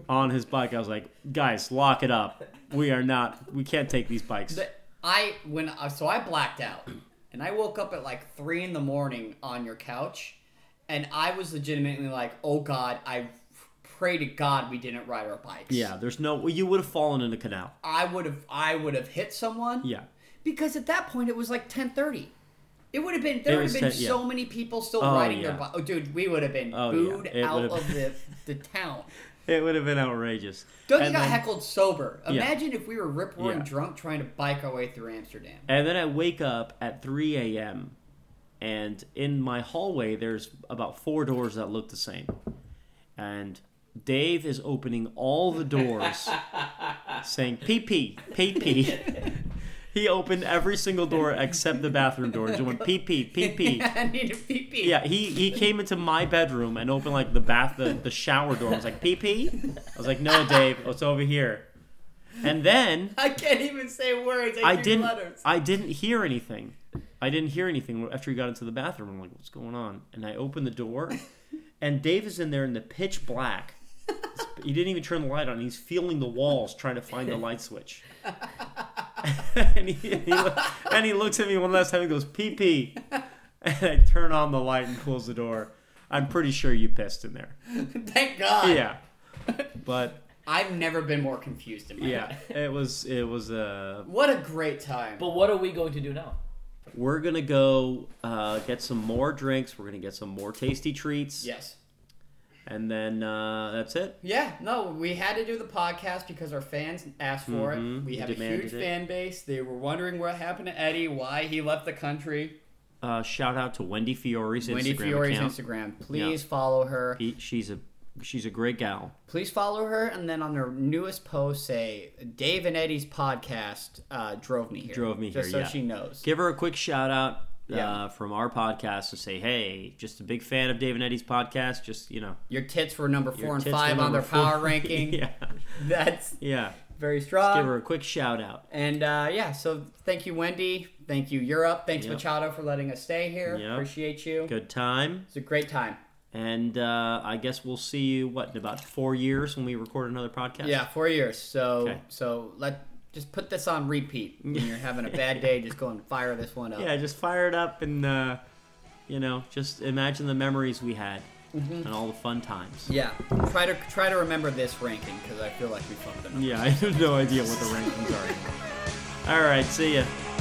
[SPEAKER 2] on his bike, I was like, guys, lock it up. We are not, we can't take these bikes.
[SPEAKER 1] The- I when uh, so I blacked out and I woke up at like three in the morning on your couch, and I was legitimately like, "Oh God, I pray to God we didn't ride our bikes."
[SPEAKER 2] Yeah, there's no, well, you would have fallen in the canal.
[SPEAKER 1] I would have I would have hit someone.
[SPEAKER 2] Yeah.
[SPEAKER 1] Because at that point it was like ten thirty. It would have been there would
[SPEAKER 2] was
[SPEAKER 1] have been
[SPEAKER 2] 10 yeah.
[SPEAKER 1] so many people still
[SPEAKER 2] Oh,
[SPEAKER 1] riding their
[SPEAKER 2] yeah.
[SPEAKER 1] bike. Oh, dude, we would have been
[SPEAKER 2] Oh, yeah.
[SPEAKER 1] booed
[SPEAKER 2] It
[SPEAKER 1] out
[SPEAKER 2] would have-
[SPEAKER 1] of the the town.
[SPEAKER 2] It would have been outrageous.
[SPEAKER 1] Doug
[SPEAKER 2] And
[SPEAKER 1] got
[SPEAKER 2] then-
[SPEAKER 1] heckled sober.
[SPEAKER 2] Yeah.
[SPEAKER 1] Imagine if we were rip roaring
[SPEAKER 2] Yeah.
[SPEAKER 1] drunk trying to bike our way through Amsterdam.
[SPEAKER 2] And then I wake up at 3 a.m. and in my hallway there's about four doors that look the same. And Dave is opening all the doors saying pee pee, pee pee. he opened every single door except the bathroom door. Just went pee pee, pee pee.
[SPEAKER 1] I need a pee pee.
[SPEAKER 2] Yeah, he, he came into my bedroom and opened like the bath the, the shower door. I was like, pee pee? I was like, no, Dave, it's over here. And then
[SPEAKER 1] I can't even say words. I,
[SPEAKER 2] I
[SPEAKER 1] do
[SPEAKER 2] didn't.
[SPEAKER 1] Letters.
[SPEAKER 2] I didn't hear anything. I didn't hear anything after he got into the bathroom. I'm like, what's going on? And I open the door, and Dave is in there in the pitch black. It's- He didn't even turn the light on. He's feeling the walls trying to find the light switch. and, he, and, he, loo- and he looks at me one last time and goes, pee pee. And I turn on the light and close the door. I'm pretty sure you pissed in there.
[SPEAKER 1] Thank God.
[SPEAKER 2] Yeah. But
[SPEAKER 1] I've never been more confused in my life.
[SPEAKER 2] yeah, it was it was uh
[SPEAKER 1] What a great time.
[SPEAKER 3] But what are we going to do now?
[SPEAKER 2] We're gonna go uh, get some more drinks. We're gonna get some more tasty treats,
[SPEAKER 1] yes.
[SPEAKER 2] and then uh, that's it.
[SPEAKER 1] Yeah, no, we had to do the podcast because our fans asked for it.
[SPEAKER 2] Mhm,
[SPEAKER 1] We
[SPEAKER 2] they
[SPEAKER 1] have a
[SPEAKER 2] demanded
[SPEAKER 1] huge
[SPEAKER 2] it.
[SPEAKER 1] fan base. They were wondering what happened to Eddie, why he left the country.
[SPEAKER 2] Uh, shout out to Wendy Fiore's
[SPEAKER 1] Wendy
[SPEAKER 2] Instagram
[SPEAKER 1] Fiore's
[SPEAKER 2] account.
[SPEAKER 1] Instagram. Please follow her.
[SPEAKER 2] He- she's a she's a great gal.
[SPEAKER 1] Please follow her, and then on her newest post, say Dave and Eddie's podcast uh, drove me here.
[SPEAKER 2] Drove me
[SPEAKER 1] just
[SPEAKER 2] here,
[SPEAKER 1] so
[SPEAKER 2] yeah.
[SPEAKER 1] she knows.
[SPEAKER 2] Give her a quick shout out uh,
[SPEAKER 1] Yeah.
[SPEAKER 2] from our podcast to say, hey, just a big fan of Dave and Eddie's podcast. Just you know,
[SPEAKER 1] Your tits were number four
[SPEAKER 2] your
[SPEAKER 1] and
[SPEAKER 2] tits were
[SPEAKER 1] five on
[SPEAKER 2] number
[SPEAKER 1] their power
[SPEAKER 2] four.
[SPEAKER 1] ranking.
[SPEAKER 2] yeah,
[SPEAKER 1] That's
[SPEAKER 2] yeah.
[SPEAKER 1] very strong.
[SPEAKER 2] Give her a quick shout out.
[SPEAKER 1] And uh, yeah, so thank you, Wendy. Thank you, Europe. Thanks,
[SPEAKER 2] Yep.
[SPEAKER 1] Machado, for letting us stay here.
[SPEAKER 2] Yep.
[SPEAKER 1] Appreciate you.
[SPEAKER 2] Good time,
[SPEAKER 1] It's a great time.
[SPEAKER 2] and uh, I guess we'll see you what in about four years when we record another podcast.
[SPEAKER 1] Yeah, four years. So
[SPEAKER 2] Okay.
[SPEAKER 1] so let just put this on repeat when you're having a bad day. Just go and fire this one up.
[SPEAKER 2] yeah, just fire it up and uh, you know, just imagine the memories we had and all the fun times.
[SPEAKER 1] Yeah. Try to try to remember this ranking because I feel like we fucked it up.
[SPEAKER 2] Yeah, I have no idea what the rankings are. anymore. All right, see ya.